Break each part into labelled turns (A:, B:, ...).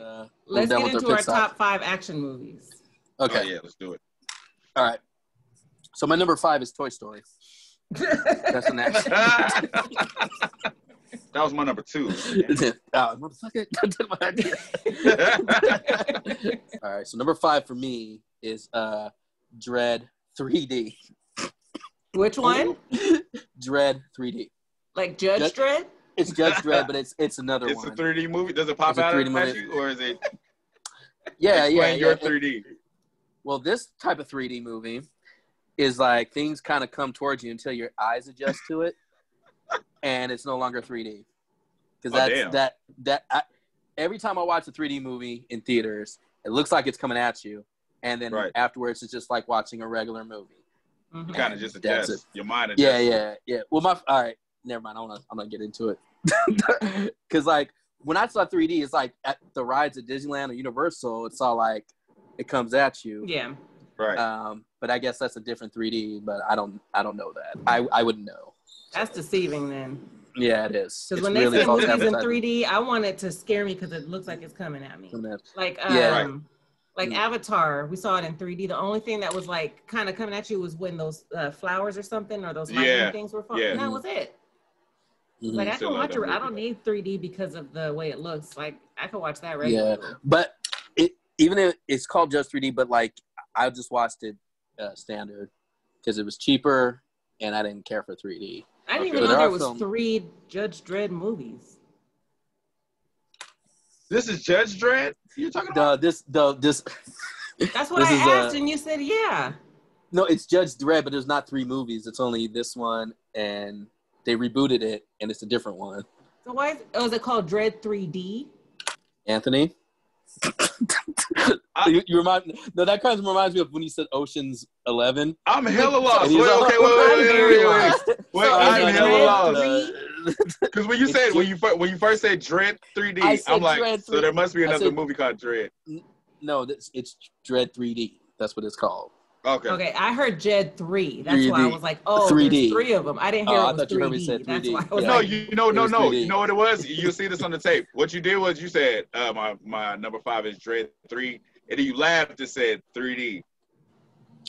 A: uh, let's
B: done with
A: get into
B: our
A: our
B: Pixar.
A: top five action movies.
B: Okay.
C: Oh, yeah, let's do it.
B: All right. So my number five is Toy Story. That's an action.
C: that was my number two.
B: Ah, motherfucker. I took my idea. All right. So number five for me is uh, Dread 3D.
A: Which one?
B: Dread 3D.
A: Like Judge
B: Judge-
A: Dredd?
B: It's Judge Dread, but it's it's another
C: it's
B: one.
C: a 3D movie. Does it pop
B: It's a
C: out
B: 3D
C: at
B: movie.
C: you, or is it?
B: yeah, yeah,
C: explain your
B: yeah.
C: 3D.
B: Well, this type of 3D movie is like things kind of come towards you until your eyes adjust to it, and it's no longer 3D. Because
C: Oh,
B: that's
C: damn.
B: that that I, every time I watch a 3D movie in theaters, it looks like it's coming at you, and then
C: Right.
B: afterwards it's just like watching a regular movie.
A: Mhm.
C: Kind of just
B: That's
C: adjust your mind. Adjusts.
B: Yeah, yeah, yeah. Well, my all right. Never mind. I don't wanna, I'm gonna get into it because like when I saw 3D, it's like at the rides at Disneyland or Universal. It's all like it comes at you.
A: Yeah.
C: Right.
B: Um, but I guess that's a different 3D. But I don't, I don't know that. I, I wouldn't know.
A: That's deceiving then.
B: Yeah, it is.
A: Because
B: It's
A: when they
B: really
A: say
B: false
A: movies in
B: advertising.
A: 3D, I want it to scare me because it looks like it's coming at me.
B: Mm-hmm.
A: Like um
B: Yeah.
A: like
B: Mm.
A: Avatar, we saw it in 3D. The only thing that was like kind of coming at you was when those uh, flowers or something or those lightning
C: Yeah.
A: things were falling.
C: Yeah.
A: And that was
B: Mm-hmm.
A: it.
B: Mhm.
A: Like I
C: Still
A: can
C: love
A: watch
C: that
A: it. I
C: movie,
A: don't
C: though.
A: need 3D because of the way it looks. Like I could watch that
B: Yeah.
A: regularly.
B: But it, even if it's called just 3D, but like I just watched it uh, standard because it was cheaper and I didn't care for 3D.
A: I didn't
C: Okay.
A: even
C: So
A: know
B: there
A: there
B: are
A: was
B: some-
A: three Judge Dredd movies.
C: This is Judge Dredd. You're talking about?
B: The this the this
A: That's what
B: This
A: I
B: is, uh,
A: asked, and you said yeah.
B: no, it's Judge Dredd, but there's not three movies. It's only this one, and they rebooted it, and it's a different one.
A: So why is, oh, is it called Dread 3D?
B: Anthony. you, you remind no that kind of reminds me of when you said Ocean's Eleven.
C: I'm hella lost.
B: And
C: Oh, Wait,
B: he's all-
C: okay, wait,
A: I'm
C: wait, wait,
A: very
C: wait, wait,
A: lost.
C: wait.
B: Oh,
A: So
C: I'm
A: it's
C: hella
A: Dredd
C: lost. Because when you
B: It's
C: said when
B: Jud-
C: you first when you first said Dread 3D,
B: I said
C: I'm like,
B: Dredd
C: so there must be
B: I
C: another
B: said-
C: movie called Dread.
B: No, this, it's Dread 3D. That's what it's called.
C: Okay.
A: Okay, I heard Jed 3. That's why I
B: 3D.
A: was like, oh,
B: 3D.
A: there's three of them. I didn't hear
B: Oh, I
A: it was
B: thought you heard me
A: 3D.
B: said
A: That's
B: 3D.
A: why I was
B: Yeah.
C: No,
A: like,
C: you no no
B: It was
C: no.
B: 3D.
C: You know what it was? You'll see this on the tape. What you did was you said, uh, my my number five is Dread three, and then you laughed and said 3D.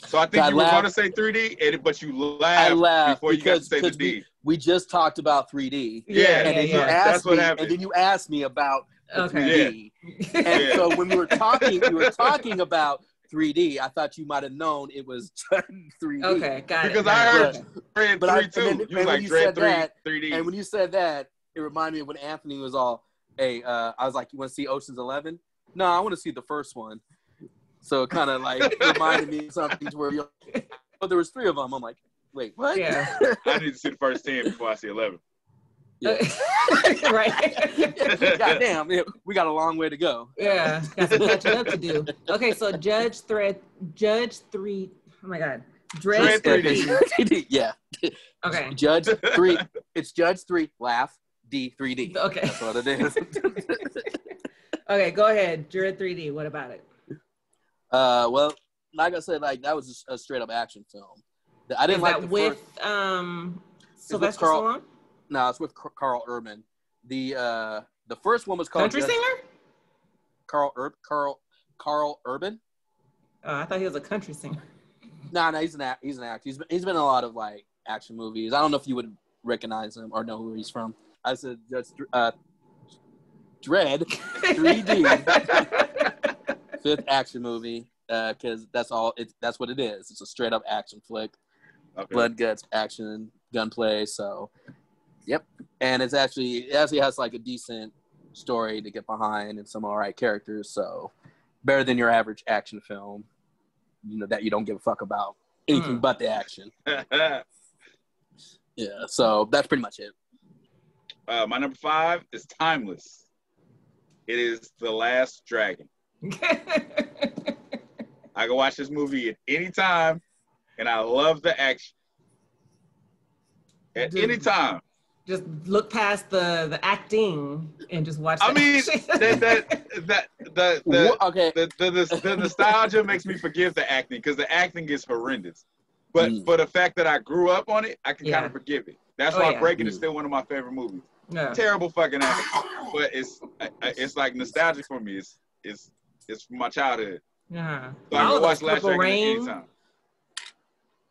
C: So I think
B: I
C: you were
B: laughed-
C: gonna say 3D, and but you
B: I
C: laughed,
B: laugh
C: before you got to
B: because
C: say the
B: because
C: D.
B: we, we just talked about 3D.
C: Yeah,
B: And then you
C: yeah.
B: asked
C: That's what
B: me,
C: happened.
B: and then you asked me about the
A: okay.
B: 3D. And
C: Yeah.
B: so when we were talking, we were talking about 3D. I thought you might have known it was 3D.
A: okay, got it.
C: Because
A: got
C: I
A: it,
C: heard
A: got it.
C: Dread
B: But I-
C: three
B: and
C: too.
B: then- and
C: you was
B: when
C: like
B: you
C: Dread
B: said
C: three,
B: that,
C: 3D.
B: And when you said that, it reminded me of when Anthony was all, "Hey, uh, I was like, you want to see Ocean's 11? No, I want to see the first one." So it kind of like reminded me of something to where you, oh, there was three of them. I'm like, wait, what?
A: Yeah.
C: I need to see the first ten before I see eleven.
A: right.
B: Goddamn, yeah, we got a long way to go.
A: yeah, got some catching up to do. Okay, so Judge Thread, Judge 3. Oh my God. Dread
C: Dredd 3D.
A: 3D.
B: yeah,
A: Okay.
B: Judge three. It's Judge three. Laugh D three D.
A: Okay.
B: That's what it is.
A: Okay, go ahead. Dread 3D. What about it?
B: uh, well, like I said, like that was just a straight up action film. I didn't
A: Is
B: like
A: that
B: the
A: with
B: first-
A: um
B: with
A: Sylvester
B: Carl-
A: Stallone?
B: No, it's with Car- Carl Urban. The uh the first one was called
A: Country
B: Judge-
A: singer?
B: Carl Ur- Carl Carl Urban.
A: Oh, I thought he was a country singer.
B: No, no, he's an act- he's an actor. He's been, he's been in a lot of like action movies. I don't know if you would recognize him or know who he's from. I said Judge uh, Dread, 3D, fifth action movie because that's all. It, that's what it is. It's a straight up action flick.
C: Okay.
B: blood guts action gunplay so yep and it's actually it actually has like a decent story to get behind and some all right characters so better than your average action film you know that you don't give a fuck about anything
A: Hmm.
B: but the action yeah so that's pretty much it
C: uh, my number five is timeless. It is the last dragon. I can watch this movie at any time, and I love the action. At
A: Dude.
C: any time,
A: just look past the the acting and just watch.
C: I
A: the
C: mean,
A: action.
C: that that that the the,
B: Wha- okay
C: the, the, the, the nostalgia makes me forgive the acting because the acting is horrendous. But
B: Mm.
C: for the fact that I grew up on it, I can kind
A: Yeah.
C: of forgive it. That's
A: Oh,
C: why
A: yeah.
C: Breaking is
B: Mm.
C: still one of my favorite movies.
A: no.
C: Terrible fucking acting, but it's I- I- it's like uh, nostalgic for me. It's it's it's from my childhood.
A: Uh-huh.
C: So I
A: All
C: can
A: of us,
C: watch Last
A: Purple
C: Dragon at any
A: Rain.
C: time.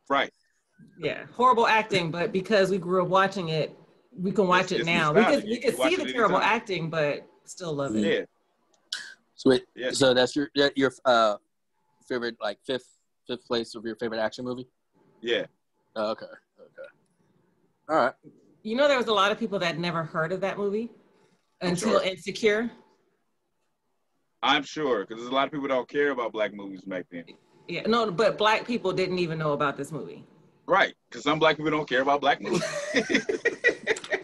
C: Right.
A: Yeah, horrible acting, but because we grew up watching it, we can watch
C: It's-
A: it
C: it's
A: now. We
C: nostalgic.
A: could we
C: You can
A: could
C: watch
A: see
C: it
A: the terrible
C: anytime.
A: acting, but still love it.
C: Yeah.
B: So wait,
C: Yeah.
B: so that's your Mm. that- your uh favorite like fifth fifth place of your favorite action movie?
C: Yeah.
B: Oh, okay. Okay. All right.
A: You know, there was a lot of people that never heard of that movie
C: I'm
A: until
C: sure.
A: Insecure.
C: I'm sure because there's a lot of people don't care about black movies back then.
A: Yeah, no, but black people didn't even know about this movie.
C: Right. Because some black people don't care about black movies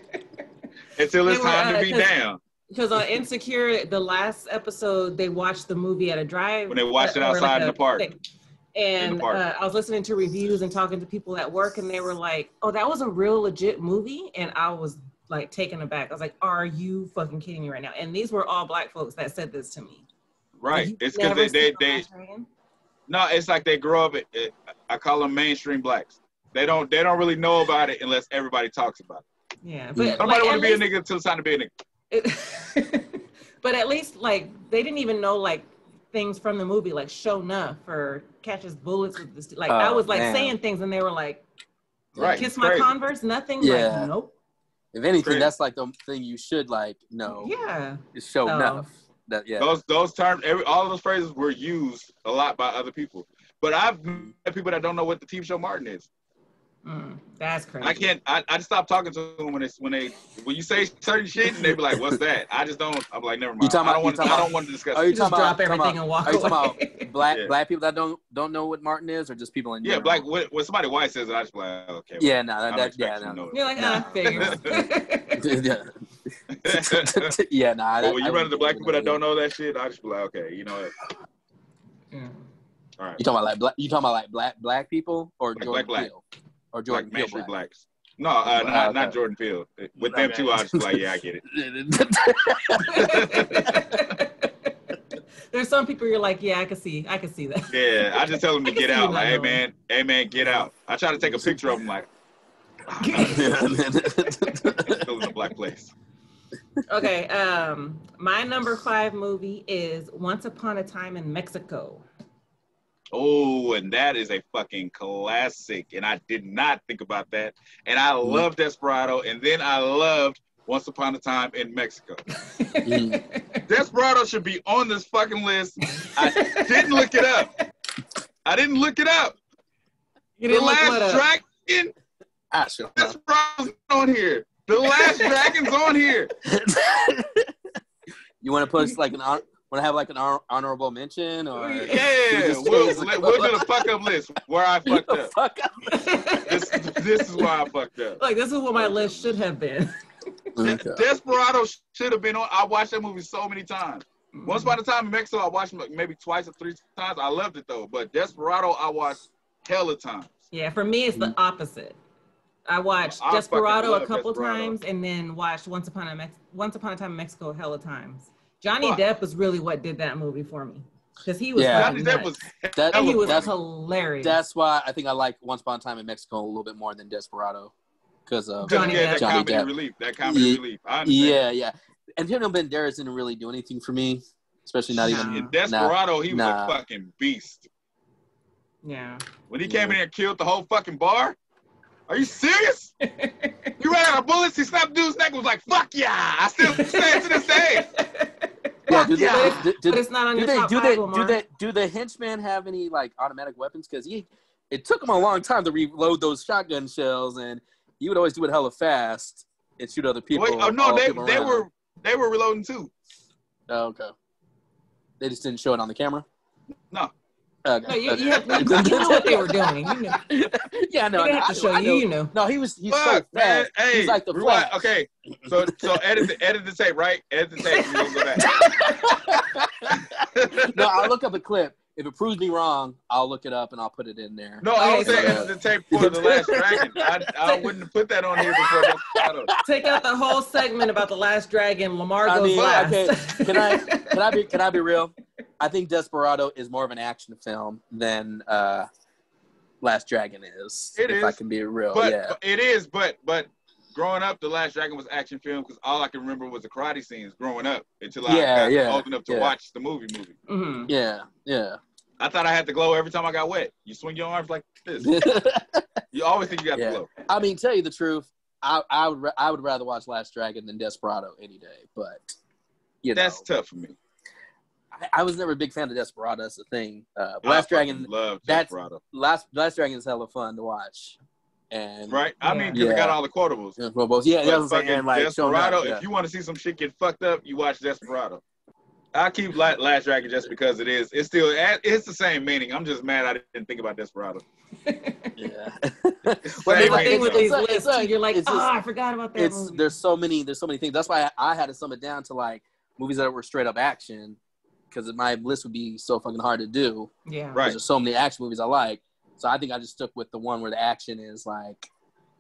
C: until
A: They
C: it's
A: were,
C: time
A: uh,
C: to be
A: 'cause-
C: down.
A: Because on Insecure, the last episode, they watched the movie at a drive.
C: When they watched it
A: or
C: outside in
A: a
C: the park.
A: thing. And
C: the park.
A: Uh, I was listening to reviews and talking to people at work, and they were like, "Oh, that was a real legit movie," and I was like taken aback. I was like, "Are you fucking kidding me right now?" And these were all black folks that said this to me.
C: Right.
A: Like,
C: It's
A: "You've
C: because
A: never
C: they, they,
A: seen
C: they,
A: Last Dragon?"
C: No, it's like they grow up. It, it, I call them mainstream blacks. They don't. They don't really know about it unless everybody talks about it.
A: yeah, but
C: Somebody
A: like,
C: want
A: at
C: to be a
A: least-
C: nigga until it's time to be a nigga.
A: It- but at least like they didn't even know like things from the movie like Shona for catches bullets with this like I
B: Oh,
A: was like
B: man.
A: saying things and they were like
C: Right.
A: kiss
C: it's
A: my
C: crazy.
A: converse nothing
B: Yeah.
A: like nope
B: If anything,
C: Great.
B: that's like the thing you should like know.
A: yeah
B: Is show
A: So-
B: enough. That yeah.
C: Those those terms, every all those phrases were used a lot by other people. But I've met people that don't know what the TV show Martin is.
A: Mm, that's crazy
C: I can't. I, I just stop talking to them when they when they when you say certain shit and they be like, "What's that?" I just don't. I'm like, "Never mind."
B: talking
C: I
B: about- you
C: don't want. I
B: talking about-
C: don't want to discuss.
B: Are
C: it.
B: you
A: You just
B: talking
A: drop
B: about, talking
A: everything
B: about-
A: and walk
B: are you talking
A: away.
B: about black
C: Yeah.
B: black people that don't don't know what Martin is, or just people in
C: Yeah,
B: general?
C: black. When, when somebody white says it, I just be like, "Okay."
B: Yeah, no,
C: well,
B: that,
C: I'm
B: that yeah,
C: expecting
B: no.
C: to
A: you're like "Ah,
B: Nah.
A: nah. figures
B: yeah,
C: know it.
B: yeah, nah.
C: But when you run into black people that don't
B: know,
C: know that shit, I just be like, okay, you know what?
A: Mm.
C: All right.
B: you talking about like black? You talking about like black black people or
C: Like
B: Jordan
C: black, black.
B: Peele or
C: Like
B: Jordan Peele
C: mainstream
B: black?
C: blacks. No, uh,
B: Wow,
C: not, not
B: okay.
C: Jordan Peele. With them
B: Okay.
C: two, I just be like, yeah, I get it.
A: there's some people you're like yeah I can see I can see that
C: Yeah, I just tell them to
A: I can
C: get
A: see
C: out.
A: you not
C: Like, hey
A: knowing.
C: man, hey man, get out. I try to take a picture of them, like, still in the black place.
A: Okay, um, my number five movie is Once Upon a Time in Mexico.
C: Oh, and that is a fucking classic. And I did not think about that. And I
A: Mm.
C: loved Desperado. And then I loved Once Upon a Time in Mexico. Desperado should be on this fucking list. I didn't look it up. I didn't look it up.
A: You
C: The
A: didn't look what up.
C: last dragon,
B: I should.
C: that's Rob's on here. The last dragon's on here.
B: you want to push like an hon- want to have like an hon- honorable mention or
C: Yeah, we'll, we'll do the fuck up list where I fucked
B: the
C: up.
B: fuck up?
C: This, this is where I fucked up.
A: like this is what my list should have been.
C: Desperado should have been on. I watched that movie so many times. Once upon a time in Mexico, I watched it maybe twice or three times. I loved it though. But Desperado, I watched hella times.
A: yeah, for me it's the opposite. I watched
C: Hmm. I fucking
A: Desperado a
C: love
A: couple
C: Desperado.
A: times and then watched Once Upon a Mex- Once Upon a Time in Mexico a hella times. Johnny
C: Fuck.
A: Depp was really what did that movie for me because he was
B: Yeah.
A: yeah.
C: Johnny Depp was
B: That,
A: and he was
B: that's,
A: hilarious.
B: that's why I think I like Once Upon a Time in Mexico a little bit more than Desperado because of
A: Johnny
C: Johnny, yeah,
A: Depp.
C: that
B: Johnny
C: comedy
B: Depp.
C: relief. That comedy
B: Yeah.
C: relief. I understand.
B: Yeah, yeah. Antonio Banderas didn't really do anything for me, especially not even.
A: Nah.
C: In Desperado, he was
B: Nah.
C: a fucking beast.
A: yeah.
C: When he came in there and killed the whole fucking bar, are you serious? he ran out of bullets. He snapped dude's neck. and Was like, "Fuck yeah!" I still say it to this day.
B: Yeah, do, they,
C: Yeah.
B: do, do-
A: but it's not on
B: do
A: your
B: they
A: top
B: do
A: five,
B: they do
A: Omar.
B: they do the henchmen have any like automatic weapons? Because he, it took him a long time to reload those shotgun shells, and he would always do it hella fast and shoot other people.
C: Wait, oh no,
B: all
C: they
B: people
C: they
B: around.
C: were they were reloading too.
B: Oh, okay. They just didn't show it on the camera.
C: No.
B: Okay.
A: No, you,
B: okay.
A: you, have, you knew what they were doing. You knew.
B: yeah, no,
A: they
B: no,
A: didn't have
B: I know,
A: to show
B: I
A: you.
B: know.
A: You know.
B: No, he was he's so
C: Fuck, man.
B: fast.
C: Hey,
B: He's like the
C: rewind.
B: Flash.
C: Okay, so so edit the edit the tape, right? Edit the tape. and we'll go back.
B: no, I'll look up a clip. If it proves me wrong, I'll look it up and I'll put it in there.
C: No,
A: Okay,
C: I was saying
B: so-
C: edit the tape for the last dragon. I, I wouldn't put that on here before. the title.
A: Take out the whole segment about the last dragon. Lamar
B: I
A: goes
B: mean,
A: last.
B: okay, can I can I be can I be real? I think Desperado is more of an action film than uh, Last Dragon is.
C: It
B: if
C: is.
B: I can be real,
C: But
B: Oh, yeah.
C: it is, but but growing up, the last dragon was action film because all I can remember was the karate scenes growing up until I
B: Yeah,
C: got
B: yeah,
C: old enough to
B: yeah.
C: watch the movie. Movie.
A: Mhm.
B: Yeah, yeah.
C: I thought I had to glow every time I got wet. You swing your arms like this. you always think you got
B: Yeah.
C: the glow.
B: I mean, tell you the truth, I, I would ra- I would rather watch Last Dragon than Desperado any day. But you know,
C: That's tough for me.
B: I, I was never a big fan of Desperado. That's the thing. Uh, Last Dragon,
C: Love
B: that's-
C: Desperado.
B: Last Last Dragon is hella fun to watch. And
C: Right? I mean, because
B: Yeah.
C: it got all the quotables.
B: Yeah, Robos. Yeah, that's what I'm
C: But
B: saying.
C: fucking
B: And, like, showing up,
C: Desperado,
B: yeah.
C: if you want to see some shit get fucked up, you watch Desperado. I keep La- Last Dragon just because it is. It's still, it's the same meaning. I'm just mad I didn't think about Desperado.
B: yeah.
C: It's the
B: Well,
C: same
A: That's the
B: like-
A: thing
C: meaning,
A: with
C: though.
A: these
B: it's like-
A: lists,
B: it's like-
A: you're like,
B: it's
A: oh,
B: just-
A: I forgot about that
B: it's
A: movie.
B: there's so many there's so many things. That's why I, I had to sum it down to like movies that were straight up action because my list would be so fucking hard to do.
A: Yeah.
C: Right.
B: There's so many action movies I like, so I think I just stuck with the one where the action is like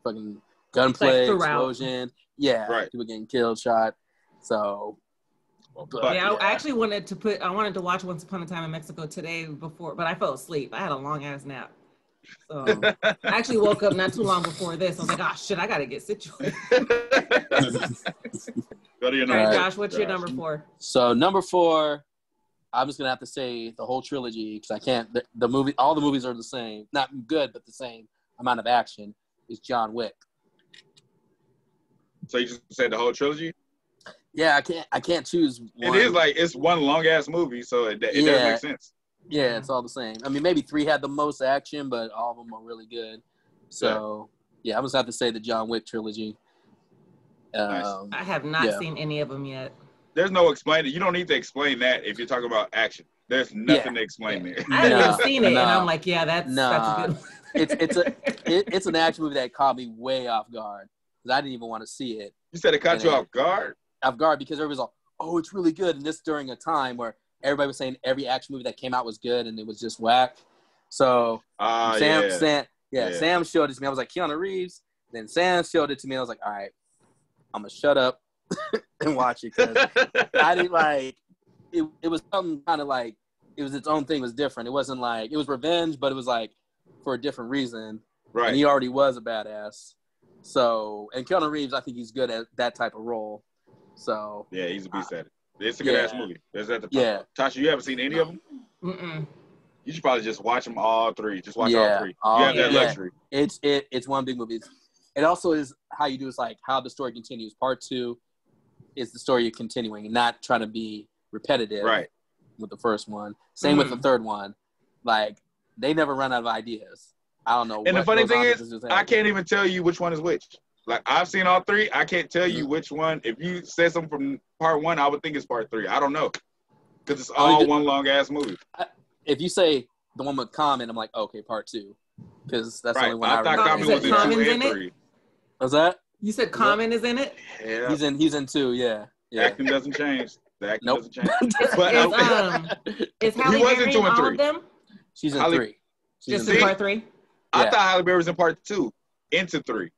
B: fucking gunplay,
A: Like, throughout.
B: explosion, yeah,
C: Right.
B: people getting killed, shot. So, but,
A: Yeah, I I actually wanted to put. I wanted to watch Once Upon a Time in Mexico today before, but I fell asleep. I had a long ass nap, so I actually woke up not too long before this. I was like, "Ah, shit, I gotta get situated."
C: Go to your
A: All right,
B: Right.
C: number.
A: Josh, what's your
C: Josh.
A: number four?
B: So number four, I'm just gonna have to say the whole trilogy because I can't. The, the movie, all the movies are the same, not good, but the same amount of action. Is John Wick.
C: So you just said the whole trilogy?
B: Yeah, I can't. I can't choose. One.
C: It is like, it's one long ass movie, so it, it does
B: Yeah.
C: make sense.
B: Yeah, it's all the same. I mean, maybe three had the most action, but all of them are really good. So yeah, I'm just gonna have to say the John Wick trilogy.
C: Nice.
B: Um,
A: I have not
B: Yeah.
A: seen any of them yet.
C: There's no explaining. You don't need to explain that if you're talking about action. There's nothing to explain there.
A: I
B: Nah,
A: haven't even seen it, and
B: nah,
A: I'm like, "Yeah, that's
B: nah.
A: that's a good." One.
B: It's- it's it, it's an action movie that caught me way off guard 'cause I didn't even want to see it.
C: You said it caught you off guard.
B: off guard because everybody's all, oh, it's really good. And this during a time where everybody was saying every action movie that came out was good and it was just whack. So
C: Ah,
B: Sam,
C: yeah.
B: Sam, yeah,
C: Yeah.
B: Sam showed it to me. I was like, Keanu Reeves. Then Sam showed it to me. And I was like, all right, I'm going to shut up and watch it. 'cause I didn't like, it, it was something kind of like, it was its own thing. It was different. It wasn't like, it was revenge, but it was like for a different reason and
C: right.
B: he already was a badass. So, and Keanu Reeves, I think he's good at that type of role. So,
C: Yeah, he's a beast at it. It's a good ass
B: Uh, Yeah.
C: movie. There's at the
B: yeah,
C: Tasha, you haven't seen any of them?
A: Mm-mm.
C: You should probably just watch them all three. Just watch
B: Yeah,
C: all three.
B: all-
C: you have that
A: yeah.
C: luxury.
B: it's it it's one big movie. It also is how you do is like how the story continues. Part two is the story continuing, not trying to be repetitive.
C: Right. Mm-hmm.
B: With the first one, same with the
A: Mhm.
B: third one. Like they never run out of ideas. I don't know.
C: And the funny thing is, I
B: I
C: can't even tell you which one is which. Like I've seen all three. I can't tell
B: Mm.
C: you which one. If you said something from part one, I would think it's part three. I don't know. Because it's
B: Oh, you
C: all
B: did-
C: one long ass movie.
B: If you say the one with Common, I'm like, okay, part two, because that's the
C: right.
B: only one I,
C: I thought
B: remember.
C: Common
A: Is it
C: was in
A: Common's
C: two
A: in
C: and
A: it?
C: three.
B: Was that?
A: You said Common is in it.
C: Yeah.
B: He's in. He's in two. Yeah. Yeah.
C: Acting doesn't change. The acting
B: Nope.
C: doesn't change.
A: It's,
C: But
A: it's,
C: I-
A: um, is
C: He
A: Halle
C: was in
A: Berry
C: two
A: in
C: and
A: all
C: three.
A: of them?
B: She's in
C: Holly-
B: three. She's
A: Just
B: in
A: in
C: See?
B: three.
A: part three.
C: I
B: Yeah.
C: thought Halle Berry was in part two, into three.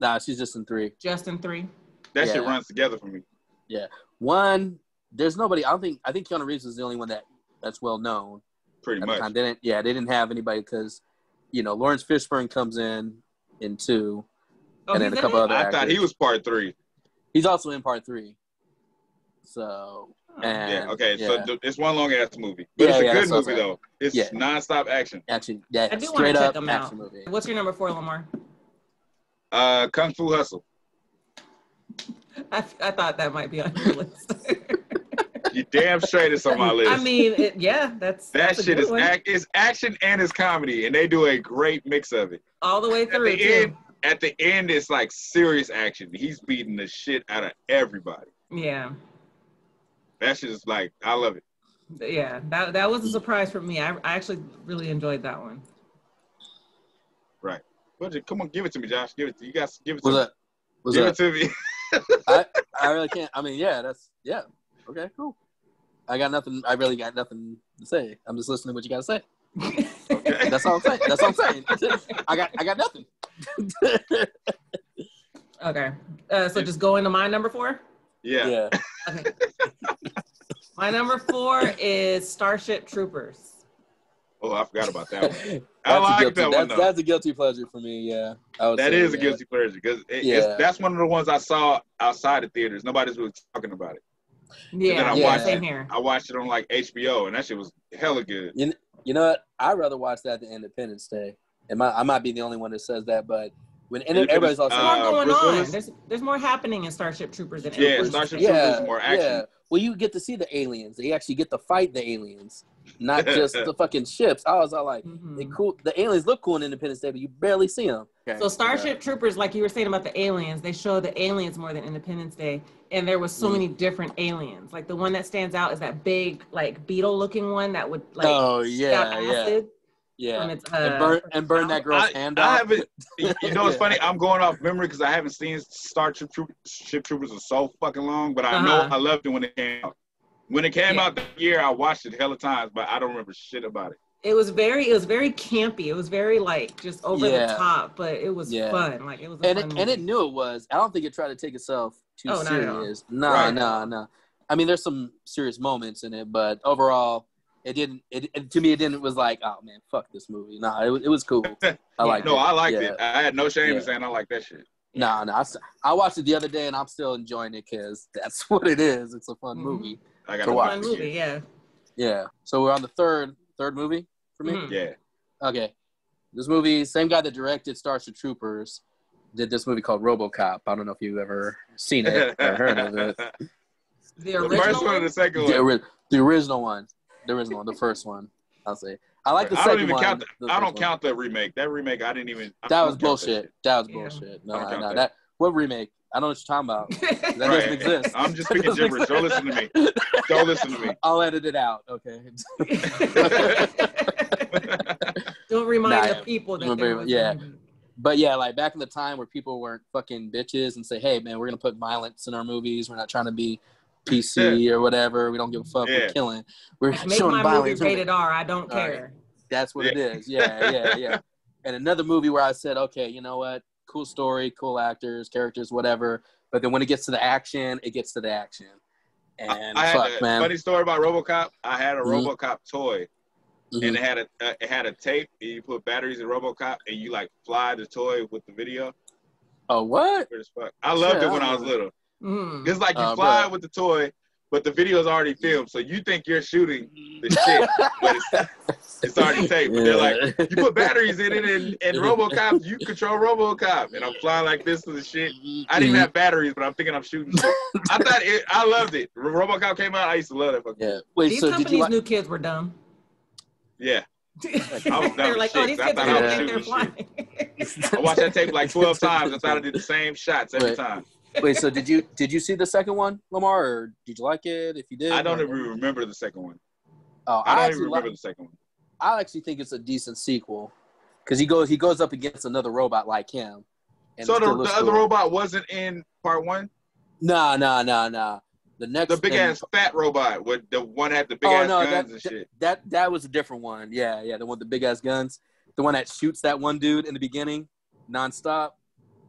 B: Nah, she's just in three.
A: Just in three.
C: That shit
B: Yeah.
C: runs together for me.
B: One, there's nobody. I don't think. I think Keanu Reeves is the only one that that's well known
C: Pretty
B: at the
C: much.
B: time. They didn't. Yeah, they didn't have anybody because, you know, Lawrence Fishburne comes in in two.
A: Oh,
B: And then
A: he's
B: a
A: in
B: couple
A: it?
B: other-
C: I thought he was part three.
B: He's also in part three. So
A: Oh.
B: and,
C: Yeah. Okay.
B: yeah.
C: So th- it's one long ass movie, but
B: Yeah,
C: it's a
B: yeah,
C: good
B: that's what I'm
C: movie
B: saying.
C: though. It's
B: Yeah.
C: nonstop action.
B: action. Yeah,
A: I do wanna
B: straight
A: check
B: up
A: him
B: action
A: out.
B: movie.
A: What's your number four, Lamar?
C: Uh, Kung Fu Hustle.
A: I, I thought that might be on your list.
C: You damn straight it's on my list.
A: I mean, it, yeah, that's
C: that
A: that's a
C: shit
A: good
C: is
A: one.
C: ac- it's action and it's comedy, and they do a great mix of it.
A: all the way
C: At
A: through.
C: the
A: too.
C: end, at the end, it's like serious action. He's beating the shit out of everybody.
A: Yeah,
C: That shit is like, I love it.
A: yeah, that that was a surprise for me. I, I actually really enjoyed that one.
C: But you- come on, give it to me, Josh. Give it. To, you guys, give it to
B: Was
C: me.
B: that? Was
C: give
B: that?
C: it to me.
B: I really can't. I mean, yeah, that's yeah. Okay, cool. I got nothing. I really got nothing to say. I'm just listening to what you gotta say.
C: Okay.
B: That's all I'm saying. That's all I'm saying. I got. I got nothing.
A: okay, uh, so just go into my number four.
C: yeah.
A: Okay, my number four is Starship Troopers.
C: Oh, I forgot about that one.
B: that's,
C: I like
B: a guilty,
C: that one,
B: that's,
C: though.
B: that's a guilty pleasure for me. Yeah, I would
C: That
B: say,
C: is a
B: yeah.
C: guilty pleasure because it,
B: Yeah.
C: it's that's one of the ones I saw outside the theaters. Nobody's really talking about it. then
A: Yeah,
B: I
A: yeah,
B: watched
A: same
C: it.
A: here.
C: I watched it on like HBO, and that shit was hella good.
B: You know what? I'd rather watch that than Independence Day. It might, I might be the only one that says that, but when and everybody's also
A: There's more
C: Uh,
A: going
C: Bruce
A: on.
C: Willis?
A: There's there's more happening in Starship Troopers than
C: Yeah,
A: Elvis.
C: Starship Troopers
B: yeah,
C: is more action.
B: yeah. Well, you get to see the aliens. They actually get to fight the aliens, not just the fucking ships. I was all like,
A: Mhm.
B: they cool. The aliens look cool in Independence Day, but you barely see them.
A: So Starship Troopers, like you were saying about the aliens, they show the aliens more than Independence Day, and there was so
B: Mm.
A: many different aliens. Like the one that stands out is that big, like beetle-looking one that would like
B: oh yeah,
A: spout
B: yeah,
A: acid
B: yeah.
A: from its uh,
B: And burn and burn that girl's
C: I-
B: hand
C: I
B: off.
C: haven't. You know, it's funny. I'm going off memory because I haven't seen Starship Troopers, Ship Troopers in so fucking long, but I know
A: Uh-huh.
C: I loved it when it came out. When it came
A: Yeah.
C: out that year, I watched it hella times, but I don't remember shit about it.
A: It was very, it was very campy. It was very like just over
B: Yeah.
A: the top, but it was
B: Yeah.
A: fun. Like it was a
B: and
A: fun
B: it, and it
A: movie.
B: knew it was. I don't think it tried to take itself too
A: Oh, not at all.
B: serious. No,
C: Right.
B: no, no. I mean, there's some serious moments in it, but overall, it didn't. It, it- to me, it didn't. It was like, oh man, fuck this movie. No, it was. It was cool. I like.
C: No,
B: it.
C: I liked
B: Yeah.
C: it. I had no shame
B: Yeah.
C: in saying I like that shit.
B: No, no. I, s- I watched it the other day, and I'm still enjoying it because that's what it is. It's a fun
A: Mhm.
B: movie.
C: I
A: It
C: got
A: was
C: to
A: a
B: watch
C: watch
A: fun
C: it.
A: movie, yeah.
B: Yeah. So we're on the third third movie for me.
A: Mhm.
C: Yeah.
B: Okay. This movie, same guy that directed Starship Troopers, did this movie called RoboCop. I don't know if you've ever seen it or heard of it.
A: The
C: The first
A: original
C: one or
A: one?
C: the second
B: The,
C: one?
B: ori- the original one. The original one. The first one. I'll say. I like the
C: I
B: second
C: don't even
B: one.
C: count. The,
B: the
C: I
B: first
C: don't
B: one.
C: count the remake. That remake, I didn't even. I
B: That
C: don't
B: was
C: count
B: bullshit. That was
A: Yeah.
B: bullshit.
C: I don't
B: No,
C: count
B: no.
C: that.
B: That. what remake? I don't know what you're talking about. That
C: shit.
B: doesn't
C: Right.
B: exist.
C: I'm just
B: That
C: speaking
B: doesn't
C: gibberish. Don't listen to me.
B: exist.
C: Don't listen to me.
B: I'll edit it out. Okay.
A: Don't remind
B: Nah,
A: the people that
B: remember-
A: there was a
B: yeah.
A: movie.
B: But yeah, like back in the time where people weren't fucking bitches and say, "Hey, man, we're gonna put violence in our movies. We're not trying to be PC or whatever. We don't give a fuck. We're
C: Yeah.
B: killing. We're
A: Make
B: showing
A: my
B: violence."
A: movie rated R. I don't
B: All right.
A: care.
B: That's what it is. Yeah, yeah, yeah. and another movie where I said, "Okay, you know what? Cool story, cool actors, characters, whatever." But then when it gets to the action, it gets to the action. And
C: I had
B: fuck,
C: a
B: man.
C: funny story about RoboCop. I had a
B: Mhm.
C: RoboCop toy,
B: Mhm.
C: and it had a uh, it had a tape, and you put batteries in RoboCop, and you like fly the toy with the video.
B: Oh, what?
C: Weird as fuck. I loved
B: Shit,
C: it when
B: I
C: I was
B: don't-
C: little.
A: Mm.
C: It's like you
B: Uh,
C: fly
B: bro.
C: with the toy, but the video is already filmed, so you think you're shooting the shit, but it's, it's already taped. But they're like, you put batteries in it and, and RoboCop, you control RoboCop, and I'm flying like this to the shit. I didn't even have batteries, but I'm thinking I'm shooting. shit. I thought it. I loved it. When RoboCop came out. I used to love that. Fucking,
B: Yeah. Wait.
A: These
B: so did you
A: companies
B: like?
A: knew kids were dumb.
C: yeah, was dumb
A: They're
C: as
A: like,
C: shit,
A: oh, these
C: 'cause I
A: kids
C: thought
B: I
A: don't
B: was
A: think they're
C: shooting
A: flying.
C: I watched that tape like 12 times. I thought I did the same shots every
B: Right.
C: time.
B: Wait, so did you did you see the second one, Lamar, or did you like it? If you did,
C: I don't even remember the second one.
B: Oh,
C: I don't even
B: actually
C: remember
B: Like,
C: the second one.
B: I actually think it's a decent sequel because he goes he goes up against another robot like him. it
C: so the,
B: still
C: the
B: looks
C: other
B: cool.
C: robot wasn't in part one.
B: Nah, nah, nah, nah. The next
C: The big
B: thing-
C: ass fat robot with the one that had the big
B: oh
C: ass
B: no,
C: guns
B: that,
C: and
B: that
C: shit.
B: that that was a different one. Yeah, yeah, the one with the big ass guns, the one that shoots that one dude in the beginning, nonstop.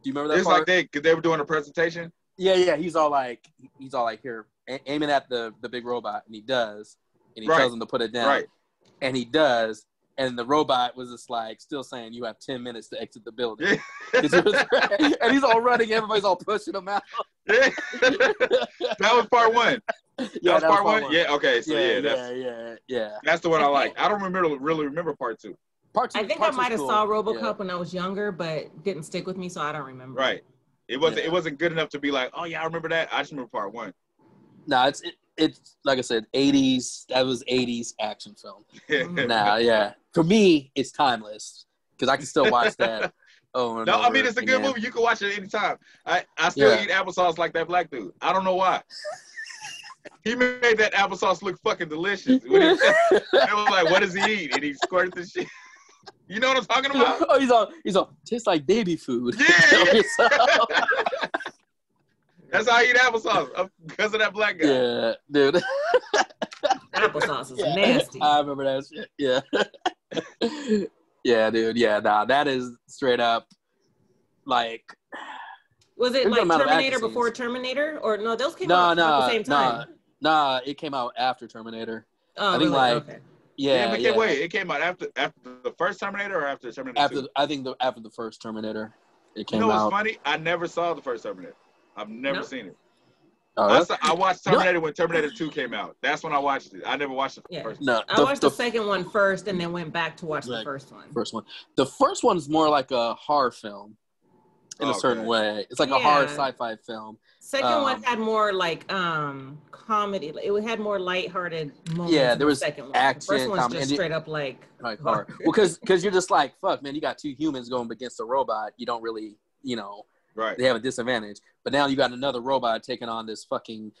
B: Do you remember that
C: It's
B: part?
C: like they because they were doing a presentation.
B: Yeah, yeah. He's all like, he's all like, here, a- aiming at the the big robot, and he does, and he
C: Right.
B: tells him to put it down,
C: Right.
B: and he does, and the robot was just like, still saying, you have ten minutes to exit the building,
C: Yeah.
B: 'Cause he was- and he's all running, everybody's all pushing him out.
C: Yeah.
B: yeah,
C: that was part one. That was part one. Yeah. Okay. So
B: yeah,
C: yeah,
B: yeah,
C: that's
B: yeah, yeah, yeah.
C: that's the one I like. I don't remember really remember part two.
B: Part two-
A: I think
B: part
A: I
B: two's
A: might have
B: cool.
A: saw
B: Yeah.
A: RoboCop when I was younger, but didn't stick with me, so I don't remember.
C: Right. It wasn't
B: Yeah.
C: it wasn't good enough to be like, oh yeah, I remember that. I just remember part one.
B: Nah, it's it, it's like I said, '80s. That was '80s action film.
A: Mhm.
B: Nah, yeah. For me, it's timeless because I can still watch that. Oh
C: No, I mean it's a good movie. You can watch it anytime. I, I still
B: Yeah.
C: eat applesauce like that black dude. I don't know why. he made that applesauce look fucking delicious. When he- they were like, "What does he eat?" And he squirted the shit. You know what I'm talking about?
B: oh, he's all he's all tastes like baby food.
C: Yeah, that's how I eat applesauce because of that black guy.
B: yeah, dude.
A: Applesauce is
B: Yeah. Uh,
A: nasty.
B: I remember that shit. Yeah. yeah, dude. Yeah, nah, that is straight up like
A: Was it
B: There's no
A: like
B: amount of
A: Terminator
B: accuracy.
A: before Terminator, or no? Those came
B: No,
A: out
B: no,
A: at the same time.
B: nah, it came out after Terminator.
A: Oh,
B: I think,
A: really?
B: like,
A: okay.
B: Yeah,
C: but it
B: yeah.
C: came, wait, it came out after after the first Terminator or after Terminator
B: After
C: 2?
B: I think the after the first Terminator, it
C: You
B: came
C: know what's
B: out.
C: funny? I never saw the first Terminator. I've never
A: No?
C: seen it.
B: Oh,
C: I,
B: that's-
C: saw, I watched
B: No.
C: Terminator when Terminator 2 came out. That's when I watched it. I never watched the
A: Yeah.
C: first
B: no,
A: I
B: the-
A: watched
B: the
A: the, second one first and then went back to watch
B: Right.
A: the first one.
B: first one. The first one's more like a horror film in a
C: Okay.
B: certain way. It's like a horror
A: Yeah.
B: sci-fi film.
A: Second
B: Um,
A: one had more like um comedy. It had more lighthearted moments.
B: Yeah, there
A: in the
B: was
A: second one.
B: action,
A: the first one's
B: comedy, and
A: just
B: it-
A: straight up like
B: Like horror.
A: Horror.
B: Well, because you're just like fuck, man. You got two humans going against a robot. You don't really, you know,
C: Right.
B: they have a disadvantage. But now you got another robot taking on this fucking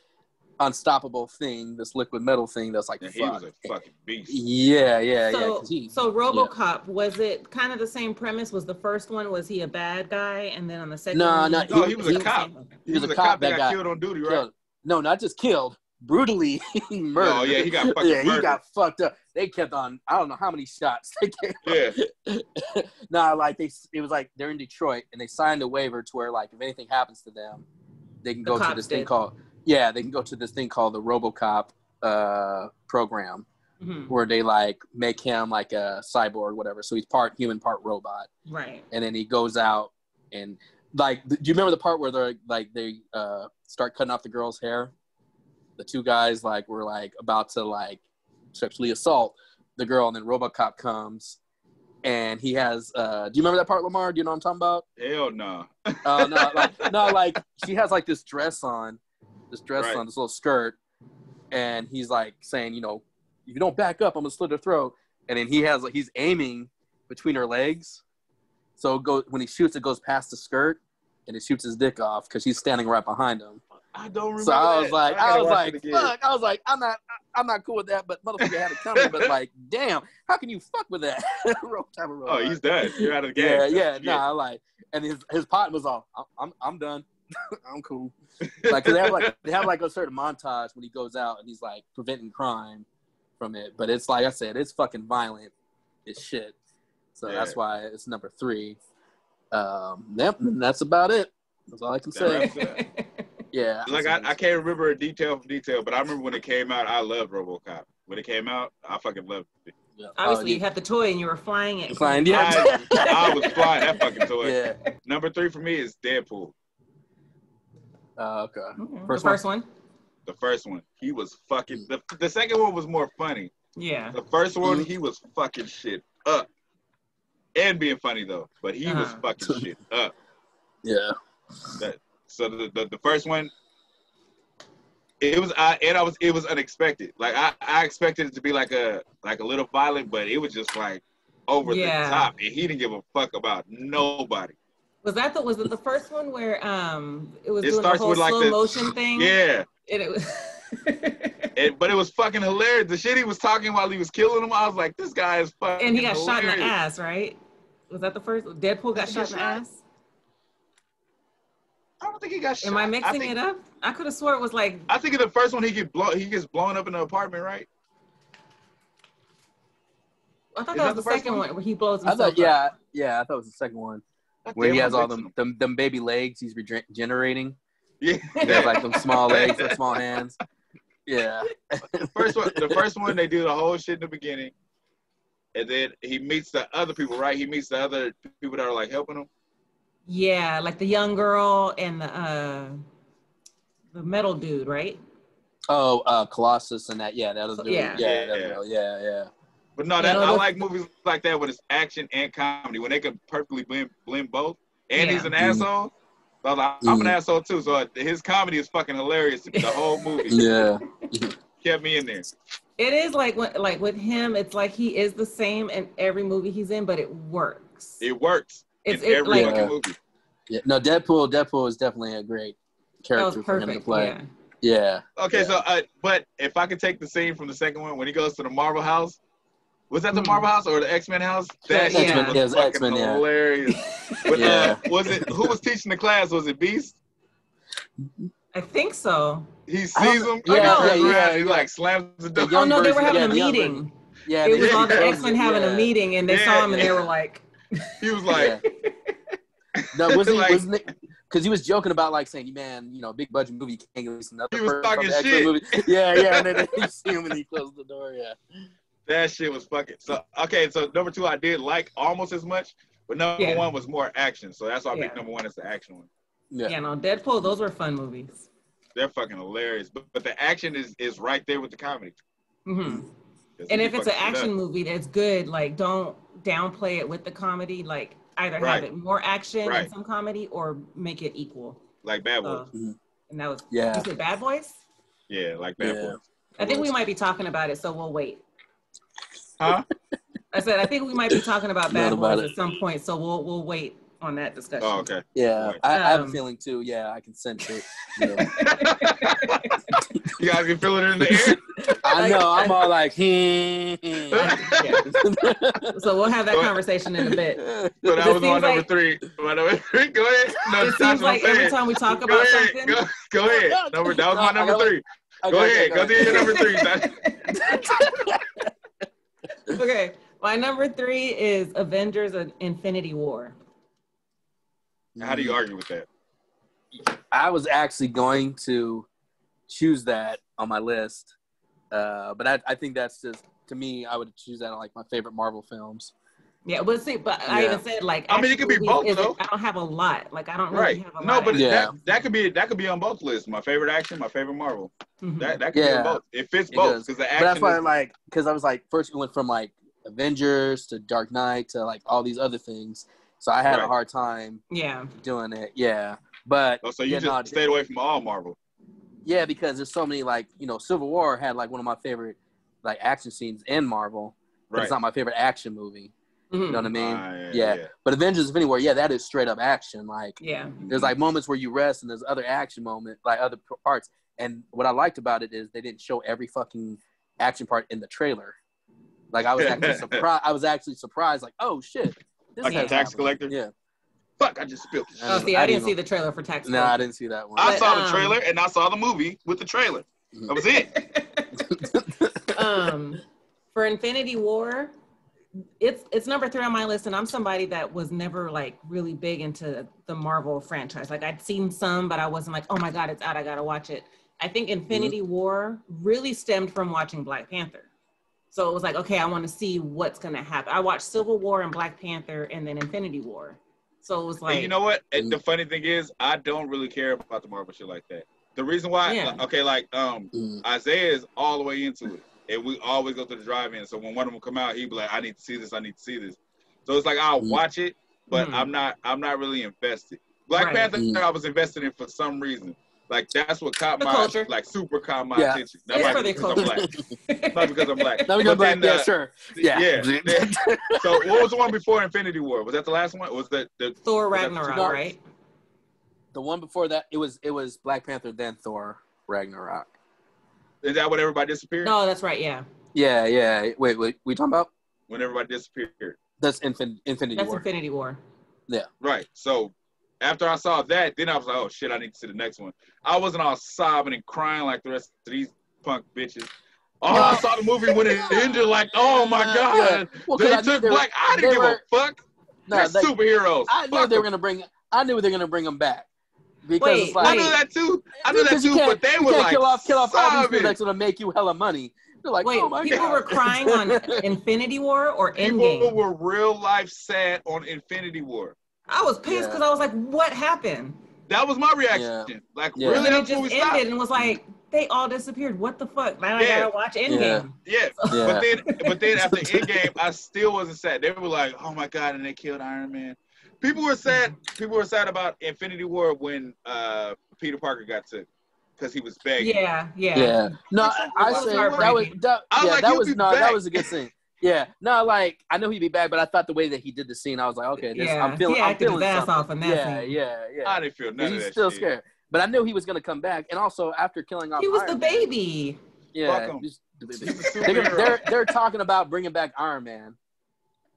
B: unstoppable thing, this liquid metal thing that's like
C: And he
B: fuck.
C: was a fucking beast.
B: Yeah, yeah, yeah.
A: so
B: 'cause he-
A: so RoboCop was it kind of the same premise? Was the first one was he a bad guy and then on the second
B: No,
A: one
B: no,
C: No, he was a
A: the
C: cop.
A: same- okay.
C: He was, a cop, that got, killed on duty, right?
B: killed. No, not just killed, brutally murdered.
C: Oh yeah, he got fucking
B: yeah, he
C: murdered.
B: got fucked up. They kept on. I don't know how many shots they gave.
C: yeah,
B: nah, like they. It was like they're in Detroit and they signed a waiver to where like if anything happens to them, they can
A: The
B: go to
A: cops
B: this thing
A: did.
B: called yeah, they can go to this thing called the RoboCop uh, program
A: Mhm,
B: where they like make him like a cyborg, whatever. So he's part human, part robot,
A: Right.
B: and then he goes out and like. th- Do you remember the part where they're like they uh, start cutting off the girl's hair? The two guys like were like about to like sexually assault the girl, and then RoboCop comes. And he has. Uh, do you remember that part, Lamar? Do you know what I'm talking about?
C: hell no.
B: Uh, no, like, no, like she has like this dress on, this dress
C: Right.
B: on, this little skirt, and he's like saying, you know, if you don't back up, I'm gonna slit her throat. And then he has like he's aiming between her legs, so it go when he shoots, it goes past the skirt, and it shoots his dick off because she's standing right behind him.
C: I don't remember.
B: So I was
C: that.
B: like, I,
C: gotta
B: was
C: watch
B: like,
C: it again.
B: fuck, I was like, I'm not, I- I'm not cool with that. But motherfucker had it coming. but like, damn, how can you fuck with that? Roll type of
C: Oh,
B: robot.
C: he's done. You're out of the game.
B: Yeah,
C: That's
B: yeah,
C: it.
B: nah, like, and his his pot was off. I'm, I'm, I'm done. I'm cool. Like, 'cause they have like they have like a certain montage when he goes out and he's like preventing crime from it. But it's like I said, it's fucking violent. It's shit. So that's
C: Yeah.
B: why it's number three. Um, yep, and that's about it. That's all I can
C: That
B: say.
C: wraps it up.
B: Yeah.
C: Like I, I can't remember a detail from detail, but I remember when it came out, I loved RoboCop. When it came out, I fucking loved it.
B: Yeah.
A: Obviously, you
B: Oh,
A: had the toy and you were flying
B: you
A: it.
B: find- yeah.
C: I, I was flying that fucking toy.
B: yeah.
C: Number three for me is Deadpool,
B: Uh, okay.
A: Mhm,
B: First
A: the
B: one.
A: first one.
C: the first one. He was fucking. The, the second one was more funny.
A: Yeah.
C: The first one,
B: Mhm.
C: he was fucking shit up, and being funny though. But he was
A: Uh-huh.
C: fucking shit up.
B: Yeah.
C: So the, the, the first one, it was I and I was it was unexpected. Like I, I expected it to be like a like a little violent, but it was just like over
A: Yeah.
C: the top, and he didn't give a fuck about nobody.
A: Was that the was it the first one where um it was
C: It
A: doing the
C: starts
A: whole
C: with, like,
A: slow
C: the-
A: motion thing?
C: Yeah,
A: And it was
C: and, but it was fucking hilarious. The shit he was talking while he was killing him, I was like, this guy is fucking.
A: and he got shot in the
C: hilarious.
A: ass, right? Was that the first Deadpool got
C: Did he
A: shot
C: get
A: in the
C: shot?
A: ass?
C: I don't think he got shot.
A: Am I mixing
C: think,
A: it up? I could have swore it was like
C: I think in the first one he get blow, he gets blown up in the apartment, right?
A: I thought that
C: Is that
A: was
C: the
A: the
C: first
A: second
C: one?
A: one where he blows
B: I
A: himself.
B: thought.
A: up.
B: Yeah. Yeah. I thought it was the second one
C: God
B: where he
C: damn,
B: has
C: I'm
B: all
C: mixing
B: them them, them baby legs. He's regenerating.
C: Yeah,
B: He has like them small legs and small hands. Yeah.
C: first one, the first one, they do the whole shit in the beginning, and then he meets the other people, right? He meets the other people that are like helping him.
A: Yeah, like the young girl and the uh the metal dude, right?
B: Oh, uh, Colossus and that. Yeah, that was. Yeah.
A: Yeah.
B: Yeah.
C: Yeah.
B: Yeah. Yeah. yeah.
C: But no, that,
A: Yeah,
C: I
A: those-
C: like movies like that when it's action and comedy, when they can perfectly blend blend both. And he's
A: Yeah.
C: an
B: Mm.
C: asshole. So I'm, like, I'm an asshole too. So his comedy is fucking hilarious. The whole movie
B: Yeah.
C: kept me in there.
A: It is like when, like with him, it's like he is the same in every movie he's in, but it works.
C: It works
A: it's
C: in
A: it,
C: every
A: like
C: fucking movie.
B: Yeah. No, Deadpool. Deadpool is definitely a great
A: that was
B: character for him to
A: perfect.
B: play.
A: Yeah.
B: Yeah.
C: Okay,
B: Yeah.
C: so uh, but if I could take the scene from the second one when he goes to the Marvel house, was that the
A: Mhm.
C: Marvel house or the X Men house? That
A: Yeah.
C: shit
A: X-Men,
C: was
B: Hmm. yeah, it was
C: fucking
B: X-Men, yeah.
C: hilarious. But
B: Yeah.
C: uh, was it who was teaching the class? Was it Beast?
A: I think so.
C: He
B: I don't
C: sees him.
B: know.
A: Yeah,
C: Yeah, turns
B: yeah,
C: around,
B: yeah.
C: He like slams the door.
B: young
A: Oh no, they were
B: version-
A: having
B: yeah,
A: a
B: the young
A: meeting.
B: Yeah.
A: It was
C: Yeah.
A: all the X Men having a
B: Yeah.
A: meeting, and they
C: Yeah.
A: saw him, and they were like,
C: He was like,
B: Yeah. no, wasn't
C: Like-
B: he? Wasn't it? Because he was joking about like saying, "Man, you know, big budget movie you can't release another."
C: He was
B: person from
C: talking
B: the X-Men
C: shit.
B: Movie. Yeah, yeah. And then you see him and he closed the door. Yeah,
C: That shit was fucking. So okay, so number two, I did like almost as much, but number
A: Yeah.
C: one was more action. So that's why I picked
A: Yeah.
C: number one as the action one.
B: Yeah.
A: Yeah. no, Deadpool. Those were fun movies.
C: They're fucking hilarious, but, but the action is is right there with the comedy.
A: hmm
C: 'Cause
A: And
C: you
A: if it's
C: fucking
A: an
C: shit
A: action
C: up.
A: movie that's good, like don't downplay it with the comedy. Like either
C: Right.
A: have it more action
C: Right.
A: and some comedy, or make it equal.
C: like Bad Boys,
A: So,
B: Mhm.
A: and that was
B: Yeah.
A: you said Bad Boys.
C: yeah, like Bad
B: Yeah.
C: Boys.
A: I think we might be talking about it, so we'll wait.
C: Huh?
A: I said I think we might be talking about
B: Not
A: Bad
B: about
A: Boys
B: it.
A: at some point, so we'll we'll wait on that discussion.
C: Oh, okay.
B: Yeah, I, I have a
A: Um,
B: feeling too. Yeah, I can sense it. you know.
C: You guys can feel it in the air.
B: I
A: Like-
B: know. I'm all like, hmm. hmm.
A: Yeah. So we'll have that conversation in a bit.
C: So that
A: It
C: was my
A: seems
C: number
A: like-
C: three. My number three. Go ahead. No,
A: It seems
C: that's what I'm
A: like every
C: saying.
A: time we talk
C: Go
A: about
C: ahead.
A: something,
C: Go, go ahead. Number, that was my
B: No, I
C: number
B: gotta-
C: three. Go ahead. Go to your number three.
A: okay, my number three is Avengers: and Infinity War.
C: How do you argue with that?
B: I was actually going to choose that on my list, uh, but I, I think that's just to me. I would choose that on like my favorite Marvel films.
A: Yeah, but see, but I
B: Yeah.
A: even said like
C: I mean, it could be
A: actually,
C: both,
A: is-
C: though.
A: I don't have a lot. Like I don't really
C: Right.
A: have a
C: No,
A: lot.
C: but
B: Yeah.
C: that that could be that could be on both lists. My favorite action, my favorite Marvel.
A: Mhm.
C: That that could be
B: Yeah.
C: on both. It fits
B: It
C: both
B: does.
C: because the
B: But that's
C: action.
B: why,
C: is-
B: like, because I was like, first it went from like Avengers to Dark Knight to like all these other things, so I had
C: Right.
B: a hard time
A: yeah,
B: doing it. Yeah, but
C: oh, so you
B: yeah,
C: just
B: no,
C: stayed away from all Marvel.
B: Yeah, because there's so many like you know, Civil War had like one of my favorite like action scenes in Marvel, but
C: Right.
B: it's not my favorite action movie. You know
A: Mhm.
B: what I mean?
C: Ah,
B: yeah. But Avengers Infinity War, yeah, that is straight up action. Like
A: yeah,
B: there's
C: Mm-hmm.
B: like moments where you rest, and there's other action moment, like other p- parts. And what I liked about it is they didn't show every fucking action part in the trailer. Like I was actually surprised. I was actually surprised. Like oh shit, this
C: like
B: is
C: the tax
B: happening.
C: collector.
B: Yeah.
C: Fuck! I just spilled. the shit.
A: Oh,
B: don't-
A: see,
B: I
A: I
B: didn't
A: didn't see
B: even-
A: the trailer for Tax.
B: No, I didn't see that one.
C: I
A: But,
C: saw the
A: um,
C: trailer and I saw the movie with the trailer. That was it.
A: um, for Infinity War, it's it's number three on my list, and I'm somebody that was never like really big into the Marvel franchise. Like I'd seen some, but I wasn't like, oh my god, it's out, I gotta watch it. I think Infinity War really stemmed from watching Black Panther. So it was like, okay, I want to see what's gonna happen. I watched Civil War and Black Panther, and then Infinity War. So it was like,
C: and you know what? And the funny thing is, I don't really care about the Marvel shit like that. The reason why,
A: Yeah.
C: like, okay, like um,
B: Mm.
C: Isaiah is all the way into it, and we always go to the drive-in. So when one of them come out, he be like, "I need to see this. I need to see this." So it's like I'll
B: Mm.
C: watch it, but
A: Mm.
C: I'm not. I'm not really invested. Black
A: Right.
C: Panther,
B: Mm.
C: I was invested in for some reason. Like that's what caught
A: The
C: my
A: culture.
C: like super caught my
B: Yeah.
C: attention. That
A: It's
C: might
A: for
C: be
A: the
C: because I'm
A: culture.
C: black. Not because I'm black.
B: Now we
C: But
B: go back.
C: then,
B: Yeah,
C: uh,
B: sure. Yeah.
C: yeah. So what was the one before Infinity War? Was that the last one? Was that the
A: Thor
C: But that's-
A: Ragnarok,
B: No.
A: right?
B: The one before that, it was it was Black Panther, then Thor, Ragnarok.
C: is that when everybody disappeared?
A: No, that's right. Yeah,
B: Yeah, yeah. Wait, wait. We talking about
C: When everybody disappeared.
B: that's infin- Infinity
A: that's
B: War.
A: Infinity War.
C: Right. So after I saw that, then I was like, oh shit, I need to see the next one. I wasn't all sobbing and crying like the rest of these punk bitches. Oh, I
B: Well-
C: saw the movie when it ended, like, oh my
B: Yeah,
C: god.
B: yeah. Well, 'cause I
C: they
B: knew
C: took
B: they were-
C: black. I didn't
B: they
C: give
B: were-
C: a fuck.
B: No,
C: They're
B: they,
C: superheroes.
B: I knew
C: Fuck
B: they were
C: them.
B: gonna bring. I knew they were gonna bring them back because
A: Wait,
B: it's
C: I
B: like
C: knew that too. I knew that
B: because you
C: too,
B: can't-
C: but they
B: you
C: were
B: can't
C: like
B: kill off kill off all these
C: sobbing.
B: people that's gonna make you hella money. They're like,
A: Wait,
B: oh my
A: people
B: God.
A: were crying on Infinity War or Endgame.
C: People were real life sad on Infinity War.
A: I was pissed
B: Yeah.
A: because I was like, what happened?
C: That was my reaction. Like,
B: Yeah.
A: And
C: really?
A: then it
C: That's
A: just
C: where we
A: ended
C: stopped?
A: and was like, they all disappeared. What the fuck? Now
C: Yeah.
A: I gotta watch Endgame.
C: Yeah,
B: yeah.
C: But then, but then after Endgame, I still wasn't sad. They were like, "Oh my god!" and they killed Iron Man. People were sad. People were sad about Infinity War when uh, Peter Parker got sick because he was begging.
A: Yeah, yeah.
B: Yeah. No,
C: That
B: I
C: was
B: said that was
A: heartbreaking.
B: that,
C: I was
B: yeah,
C: like,
B: that
C: he'll
B: was
C: be
B: no,
C: back.
B: that was a good scene. Yeah. No, like I know he'd be back, but I thought the way that he did the scene, I was like, okay, this,
A: Yeah,
B: I'm feeling,
A: he
B: I'm
A: acted
B: feeling
A: his ass
B: something.
A: off in that
B: Yeah,
A: scene.
B: yeah, yeah.
C: I didn't feel none
B: He's
C: of that.
B: still
C: shit.
B: scared, but I knew he was gonna come back. And also after killing off,
A: He was the
B: Iron Man,
A: baby.
B: yeah,
C: Fuck him.
B: just-
C: a
B: they're, gonna- they're they're talking about bringing back Iron Man.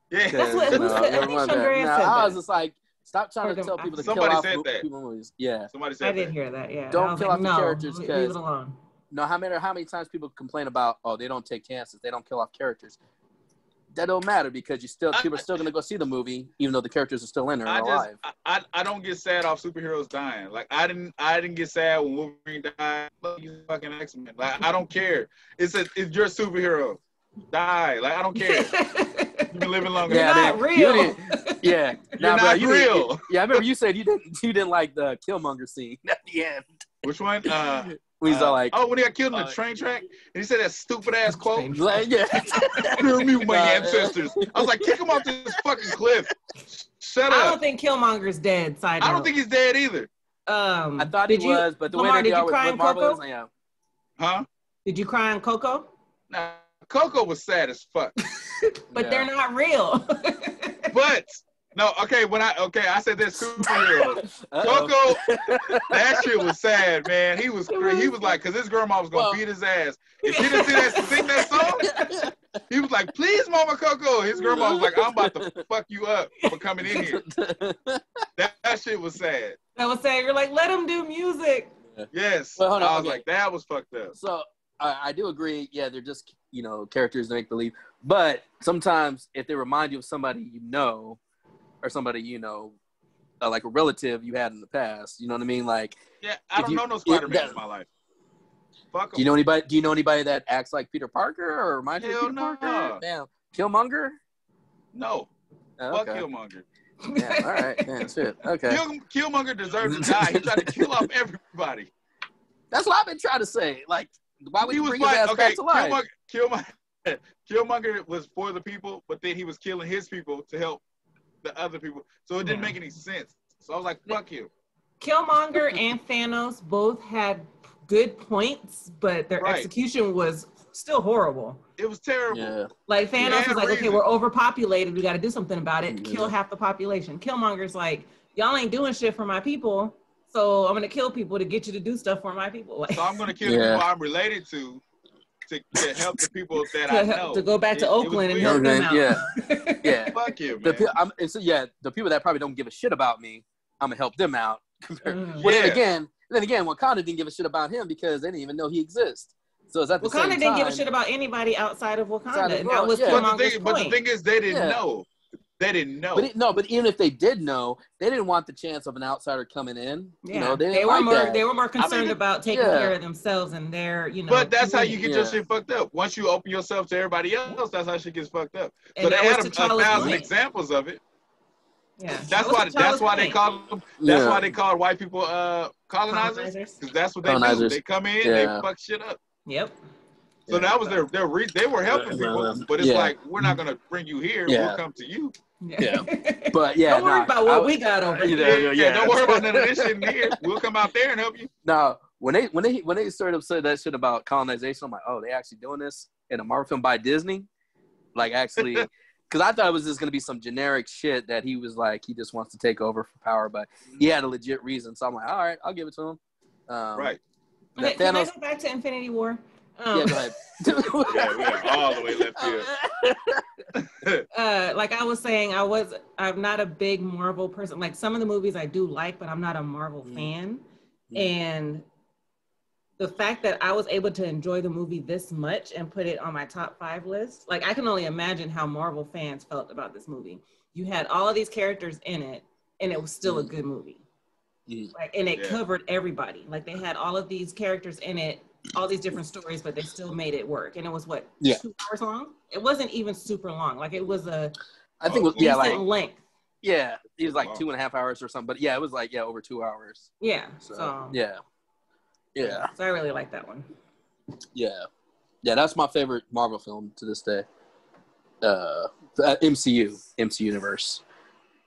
C: Yeah,
A: That's what-
B: 'cause,
A: who
B: uh,
A: said- I think
B: everyone's back.
A: Chandra
B: Now,
A: said
B: I
A: that.
B: was just like, stop trying
A: Or
B: to
A: the-
B: tell people to
C: Somebody
B: kill off
C: said
B: mo-
C: that.
B: people in movies. Yeah.
C: somebody
A: I
C: said
A: did
C: that.
A: hear that, yeah.
B: Don't
A: I was
B: kill
A: like,
B: off the
A: no,
B: characters,
A: leave
B: 'cause-
A: it alone.
B: No matter how many times people complain about, oh, they don't take chances, they don't kill off characters. That don't matter because you still
C: I-
B: people are still gonna go see the movie, even though the characters are still in there
C: I
B: and
C: just,
B: alive.
C: I, I, I don't get sad off superheroes dying. Like I didn't, I didn't get sad when Wolverine died. Fuck you, fucking X Men. Like I don't care. It's a, it's your superhero. Die. Like I don't care. You've been living longer.
A: Yeah,
C: than
A: not
B: man,
A: real.
B: you didn't- yeah,
C: You're
B: bro,
C: not
B: you didn't-
C: real.
B: yeah, I remember you said you didn't you didn't like the Killmonger scene at the end.
C: Which one? Uh,
B: We was
C: uh,
B: all like,
C: oh, when he got killed in the
B: uh,
C: train track, and he said that stupid ass quote.
B: like, yeah,
C: Screw me, with my
B: Nah.
C: ancestors. I was like, kick him off this fucking cliff. Shut
A: I don't
C: up.
A: think Killmonger's dead. Side
C: I
A: note.
C: don't think he's dead either.
A: Um,
B: I thought
A: did
B: he
A: you,
B: was, but the
A: Lamar,
B: way
A: did
B: that y'all was
A: you cry
B: with
A: in
B: Marvel,
A: Coco?
B: is, yeah.
C: Huh?
A: Did you cry on Coco?
C: Nah, Coco was sad as fuck.
A: But
B: Yeah.
A: they're not real.
C: But no, okay, when I okay, I said this superhero.
B: Uh-oh.
C: Coco, that shit was sad, man. He was cra- he was like, cause his grandma was gonna
B: Well-
C: beat his ass. If he didn't see that sing that song, he was like, please, Mama Coco. His grandma was like, I'm about to fuck you up for coming in here. That, that shit was sad.
A: that was saying you're like, let him do music.
C: Yes.
B: Well, hold on,
C: I was
B: okay.
C: like, that was fucked up.
B: so I, I do agree. Yeah, they're just you know characters that make believe. But sometimes if they remind you of somebody you know, or somebody you know, uh, like a relative you had in the past, you know what I mean? Like,
C: Yeah, I
B: If
C: don't
B: you-
C: know no
B: if
C: Spider Man
B: that-
C: in my life. Fuck
B: do you
C: him.
B: know anybody? Do you know anybody that acts like Peter Parker or reminds you of
C: Hell
B: Peter
C: no.
B: Parker? Damn, Killmonger.
C: No,
B: Oh,
C: fuck
B: okay.
C: Killmonger.
B: Yeah, all right, man, shit. Okay,
C: Kill, Killmonger deserved to die. He tried to kill off everybody.
B: that's what I've been trying to say. Like, why would
C: he
B: you
C: was
B: bring his
C: like,
B: ass
C: okay,
B: back to life?
C: Killmonger, Killmonger, Killmonger was for the people, but then he was killing his people to help the other people. So it didn't
B: Hmm.
A: Yeah.
C: make any sense. So I was like, fuck you.
A: Killmonger and Thanos both had good points, but their
C: Right.
A: execution was still horrible.
C: It was terrible.
B: Yeah.
A: Like Thanos
C: Yeah,
A: was like, okay,
C: reason.
A: we're overpopulated. We got to do something about it. Kill
B: Yeah.
A: half the population. Killmonger's like, y'all ain't doing shit for my people, so I'm gonna kill people to get you to do stuff for my people. Like,
C: So I'm gonna kill
B: Yeah.
C: people I'm related to to, to help the people that I
A: to,
C: know.
A: help, to go back
C: It-
A: to
C: it was
A: Oakland and
C: weird.
A: help them
B: Okay,
A: out.
B: yeah. Yeah.
C: Fuck you,
B: The
C: man.
B: pe- I'm, and so, yeah, the people that probably don't give a shit about me, I'm gonna help them out. Compared-
A: Mm.
B: Well, then
C: Yeah.
B: again, then again, Wakanda didn't give a shit about him because they didn't even know he exists. So is that the
A: Wakanda
B: same
A: didn't give a
B: time-
A: shit about anybody outside of Wakanda.
B: Outside of
A: and that
B: Earth,
A: was
B: yeah.
C: But the
A: Killmonger's
C: thing, but the
A: point.
C: thing is, they didn't
B: Yeah.
C: know. They didn't know.
B: But it, no, but even if they did know, they didn't want the chance of an outsider coming in. You
A: yeah,
B: know, they,
A: they,
B: didn't
A: were
B: like
A: more
B: that.
A: they were more concerned
C: it-
A: about taking
B: yeah.
A: care of themselves and their you know.
C: But that's how you
A: community.
C: get your
B: Yeah.
C: shit fucked up. Once you open yourself to everybody else, that's how shit gets fucked up.
A: And
C: So they
A: that
C: had
A: was
C: a, a
A: T'Challa's
C: thousand
A: point.
C: examples of it.
A: Yeah, that
C: That's
A: was
C: why. That's
A: T'Challa's
C: why they
A: point.
C: call them. That's
B: Yeah.
C: why they called white people uh, colonizers.
A: colonizers.
C: Because that's what they do.
B: Colonizers.
C: They come in,
B: Yeah.
C: they fuck shit up.
A: Yep.
C: So
B: Yeah.
C: that was their their re- they were helping
B: Yeah.
C: people, but it's
B: Yeah.
C: like we're not gonna bring you here.
B: Yeah.
C: We'll come to you.
B: Yeah. But yeah,
A: Don't worry
B: nah,
A: about
B: I
A: what
B: was-
A: we got over here.
B: Yeah, yeah, yeah.
C: Don't worry about none of this shit in here. We'll come out there and help you.
B: Now, when they when they when they started up said that shit about colonization, I'm like, oh, they actually doing this in a Marvel film by Disney, like actually, because I thought it was just gonna be some generic shit that he was like he just wants to take over for power, but he had a legit reason. So I'm like, all right, I'll give it to him. Um,
C: Right.
A: Okay,
B: that
A: can I
B: Thanos-
A: go back to Infinity War? Um,
B: Yeah, go ahead.
C: Yeah, we are all the way left field.
A: uh, like I was saying, I was I'm not a big Marvel person. Like some of the movies I do like, but I'm not a Marvel
B: Mm.
A: fan.
B: Mm.
A: And the fact that I was able to enjoy the movie this much and put it on my top five list, like I can only imagine how Marvel fans felt about this movie. You had all of these characters in it, and it was still a
B: Mm.
A: good movie.
B: Mm.
A: Like, and it
C: Yeah.
A: covered everybody. Like they had all of these characters in it, all these different stories, but they still made it work. And it was what
B: Yeah.
A: two hours long? It wasn't even super long. Like it was a
B: I think it was, yeah,
A: decent
B: like
A: length.
B: yeah, it was like two and a half hours or something, but yeah, it was like yeah, over two hours.
A: Yeah.
B: So,
A: So,
B: yeah, yeah.
A: So I really like that one.
B: Yeah, yeah, that's my favorite Marvel film to this day. Uh, the MCU, MCU universe,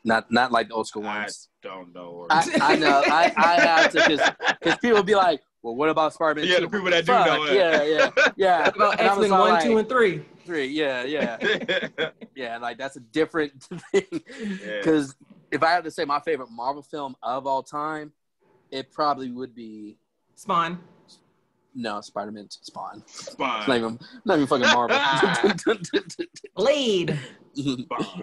B: not not like the old school
C: I
B: ones.
C: don't know.
B: I, I know, I, I have to because people be like, "Well, what about Spider Man?"
C: Yeah, the people that do know it.
B: Yeah, yeah, yeah.
A: What about
B: And I
A: X
B: was
A: Men
B: all
A: one,
B: like,
A: two, and three?
B: three. Yeah, yeah, yeah. Like that's a different thing.
C: yeah.
B: Because if I had to say my favorite Marvel film of all time, it probably would be
A: Spawn.
B: no Spider Man Spawn. It's not
C: Spawn.
B: even, not even fucking Marvel.
A: Blade.
C: Spawn.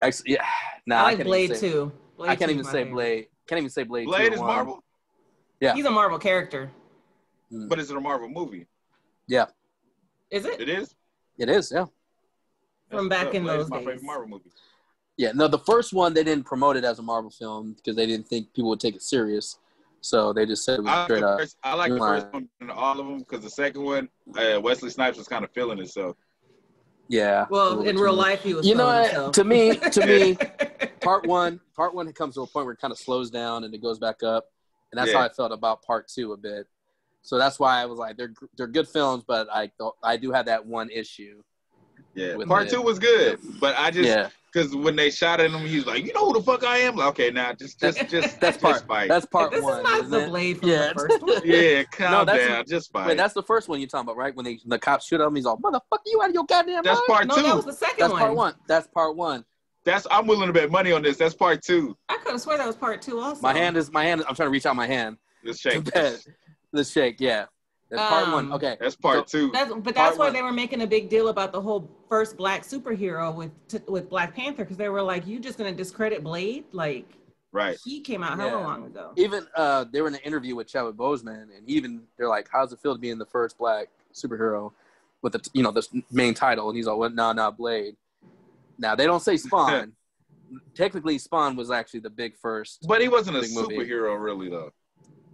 B: Actually, Mm-hmm. yeah. Nah,
A: I
B: I
A: like
B: can't
A: Blade
B: even say,
A: too. Blade
B: I can't
A: 2 is
B: even
A: my
B: say
A: favorite.
B: Blade. Can't even say Blade.
C: Blade
B: two
C: is
B: one.
C: Marvel,
B: Yeah.
A: He's a Marvel character.
C: but is it a Marvel movie?
A: Is it?
C: It is.
B: It is, yeah.
A: From back
C: That's what's up.
A: in
C: Blade is
A: those
C: my
A: days.
C: favorite Marvel movie.
B: Yeah. No, the first one they didn't promote it as a Marvel film because they didn't think people would take it serious. So they just said it was
C: I, like
B: straight
C: the
B: up.
C: first, I like the
B: You're
C: first one and all of them because the second one, uh, Wesley Snipes was kind of feeling himself.
B: Yeah.
A: Well, in real life, he was.
B: You know
A: feeling
B: what?
A: himself.
B: To me, to me, part one, part one comes to a point where it kind of slows down and it goes back up, and that's
C: Yeah.
B: how I felt about part two a bit. So that's why I was like, they're they're good films, but I don't- I do have that one issue.
C: Yeah,
B: With
C: part
B: the-
C: two was good, but I just
B: yeah,
C: because when they shot at him, he was like, "You know who the fuck I am?" Like, okay, now just just just
B: That's
C: just
B: part-
C: fight.
B: that's part
A: this
B: one.
A: is not
B: isn't
A: the
B: it?
A: blade from
B: Yeah.
A: the first one.
C: yeah, calm
B: that's-
C: down, just fight.
B: Wait,
C: that's
B: that's the first one you're talking about, right? When they the cops shoot at him, he's all, "Motherfucker, you out of your goddamn mind."
C: part
A: No,
C: two.
A: that was the second
B: That's
A: one.
B: part one. That's part one.
C: That's I'm willing to bet money on this. That's part two.
A: I could have sworn that was part two also.
B: My hand is my hand. I'm trying to reach out my hand
C: Let's
B: to
C: shake.
B: bet. The shake, yeah. That's part one.
A: Um,
B: Okay.
C: That's part two.
A: That's, but
B: Part
A: that's why
B: one.
A: they were making a big deal about the whole first black superhero with t- with Black Panther because they were like, "You just gonna discredit Blade? Like
C: Right.
A: he came out hella
B: Yeah.
A: long ago."
B: Even uh, they were in an interview with Chadwick Boseman, and even they're like, "How's it feel to be in the first black superhero with the you know the main title?" And he's all, "Well, nah, nah, Blade." Now they don't say Spawn. Technically, Spawn was actually the big first.
C: But he wasn't a
B: Big movie.
C: superhero, really, though.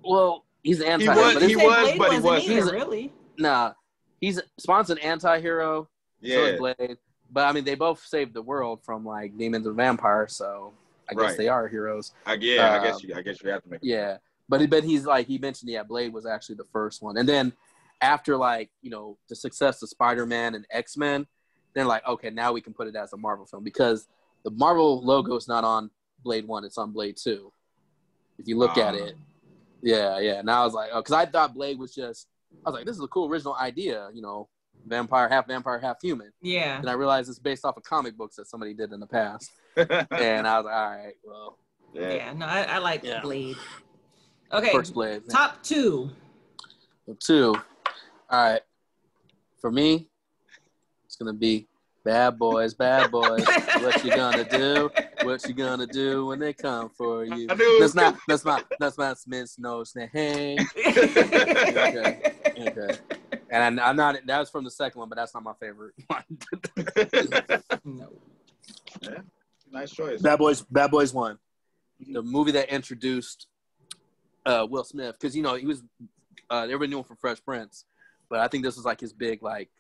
B: Well, he's an anti.
C: was-
B: but
A: You
B: it's-
C: he
A: say
C: was,
A: Blade
C: but he
A: wasn't
C: wasn't.
A: either, really.
B: nah, he's Spawn's an anti-hero. So
C: Yeah.
B: is Blade. But I mean, they both saved the world from like demons and vampires, so I guess
C: Right.
B: they are heroes.
C: I, yeah. I guess
B: Um,
C: you. I guess you have to make.
B: Yeah. But but he's like he mentioned, yeah, Blade was actually the first one, and then after like you know the success of Spider Man and X Men, they're like, okay, now we can put it as a Marvel film because the Marvel logo is not on Blade One; it's on Blade Two. If you look at
C: Ah.
B: it, yeah, yeah. And I was like, oh, because I thought Blade was just, I was like, this is a cool original idea, you know, vampire, half vampire, half human
A: Yeah.
B: and I realized it's based off of comic books that somebody did in the past.
C: yeah.
B: And I was like, all right, well,
A: Yeah. No, I, I like
B: Yeah.
A: Blade. Okay.
B: first blade man.
A: Top two.
B: two. All right, for me, it's gonna be Bad Boys, Bad Boys. what you gonna do? What you gonna do when they come for you?
C: I knew it was
B: That's not. That's not. That's not Smith Snow Hey. Okay. And I, I'm not. That was from the second one, but that's not my favorite one.
A: no.
C: nice choice.
B: Bad Boys, Bad Boys One, Mm-hmm. the movie that introduced uh, Will Smith because you know he was uh, everybody knew him from Fresh Prince, but I think this was like his big like,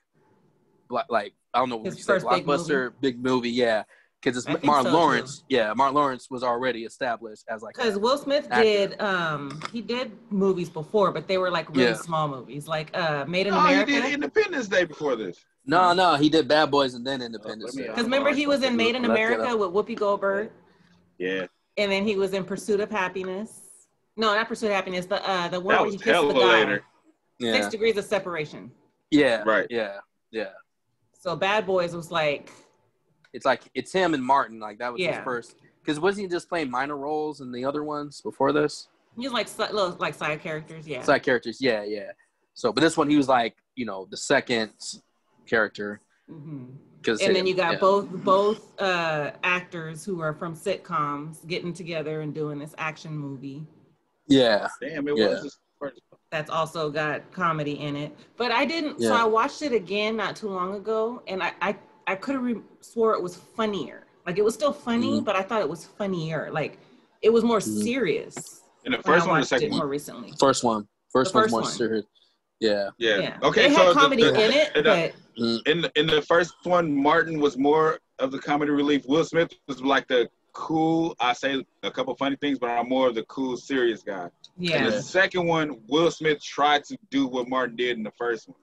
B: bla- like I don't know what
A: His
B: you say,
A: first big
B: blockbuster big movie, yeah. Because it's
A: I think
B: Martin
A: so,
B: Lawrence, yeah. Martin Lawrence was already established as like
A: Because Will Smith
B: Actor.
A: did, um, he did movies before, but they were like really
B: Yeah.
A: small movies, like uh, Made in
C: Oh, he
A: America.
C: did Independence Day before this.
B: no, no. He did Bad Boys and then Independence.
C: Oh, let me-
B: Day.
A: Because remember, he was in Made in
B: Let's get
A: America
B: up.
A: with Whoopi Goldberg,
C: Yeah.
A: and then he was in Pursuit of Happiness. No, not Pursuit of Happiness. The uh, the one
C: That
A: where he
C: was
A: kissed
C: hella
A: the guy.
C: later.
B: Yeah,
A: Six Degrees of Separation.
B: yeah,
C: Right.
B: yeah, yeah.
A: So Bad Boys was like,
B: It's like it's him and Martin. Like that was his
A: Yeah.
B: first. Because wasn't he just playing minor roles in the other ones before this?
A: he was like si- little like side characters. Yeah.
B: side characters. Yeah, yeah. So, but this one he was like, you know, the second character
A: Mhm.
B: because
A: And then you got
B: yeah.
A: both both uh, actors who are from sitcoms getting together and doing this action movie.
B: Yeah,
C: Damn, it
B: Yeah.
C: was. Just
A: that's also got comedy in it. But I didn't, so
B: Yeah.
A: I watched it again not too long ago, and I I, I could have re- swore it was funnier. Like it was still funny,
B: Mhm.
A: but I thought it was funnier. Like it was more
B: Mhm.
A: serious.
C: in the
A: when I
C: first one, or the
A: watched
C: second
A: it
C: one.
A: more recently.
B: first one, first
A: The
B: one's
A: first
B: more
A: one.
B: serious. Yeah,
C: Yeah.
A: Yeah.
C: Okay.
A: It
C: so
A: had
C: the-
A: comedy
C: the-
A: in it,
C: and I-
A: but
C: in the, in the first one, Martin was more of the comedy relief. Will Smith was like the cool. I say a couple funny things, but I'm more of the cool, serious guy. In
A: yeah,
B: Yeah.
C: the second one, Will Smith tried to do what Martin did in the first one,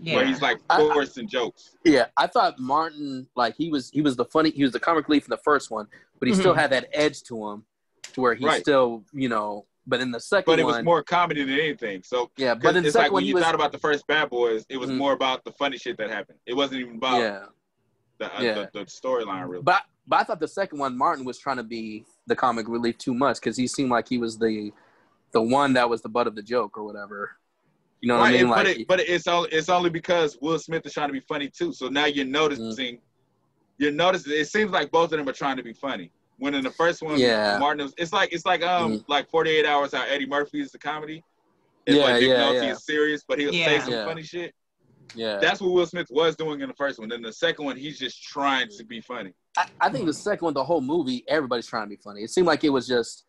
C: where
A: yeah.
C: he's like
B: I- I-
C: forcing jokes.
B: yeah. I thought Martin like he was he was the funny he was the comic relief in the first one, but he still
A: Mhm.
B: had that edge to him to where he
C: Right.
B: still you know. But in the second
C: But it
B: one,
C: was more comedy than anything. So
B: yeah.
C: 'cause
B: But in the
C: it's
B: second
C: like
B: one
C: when
B: he
C: you
B: was
C: thought about the first Bad Boys, it was
B: Mhm.
C: more about the funny shit that happened. It wasn't even about
B: yeah.
C: the, uh,
B: Yeah.
C: the, the storyline really.
B: But but I thought the second one Martin was trying to be the comic relief too much because he seemed like he was the the one that was the butt of the joke or whatever. You know what
C: Right,
B: I mean?
C: and-
B: Like
C: but it, but it's all it's only because Will Smith is trying to be funny too. So now
B: Mm.
C: you're noticing, you're noticing. It seems like both of them are trying to be funny. When in the first one,
B: Yeah. Mm.
C: Martin was. It's like it's like um like 48 hours how Eddie Murphy is the comedy. It's
B: Yeah,
C: like Nick
B: yeah,
C: Nolte
B: yeah.
C: is serious, but he'll say
A: Yeah.
C: some
B: Yeah.
C: funny shit.
B: yeah,
C: That's what Will Smith was doing in the first one. In the second one, he's just trying to be funny.
B: I, I think the second one, the whole movie, everybody's trying to be funny. It seemed like it was just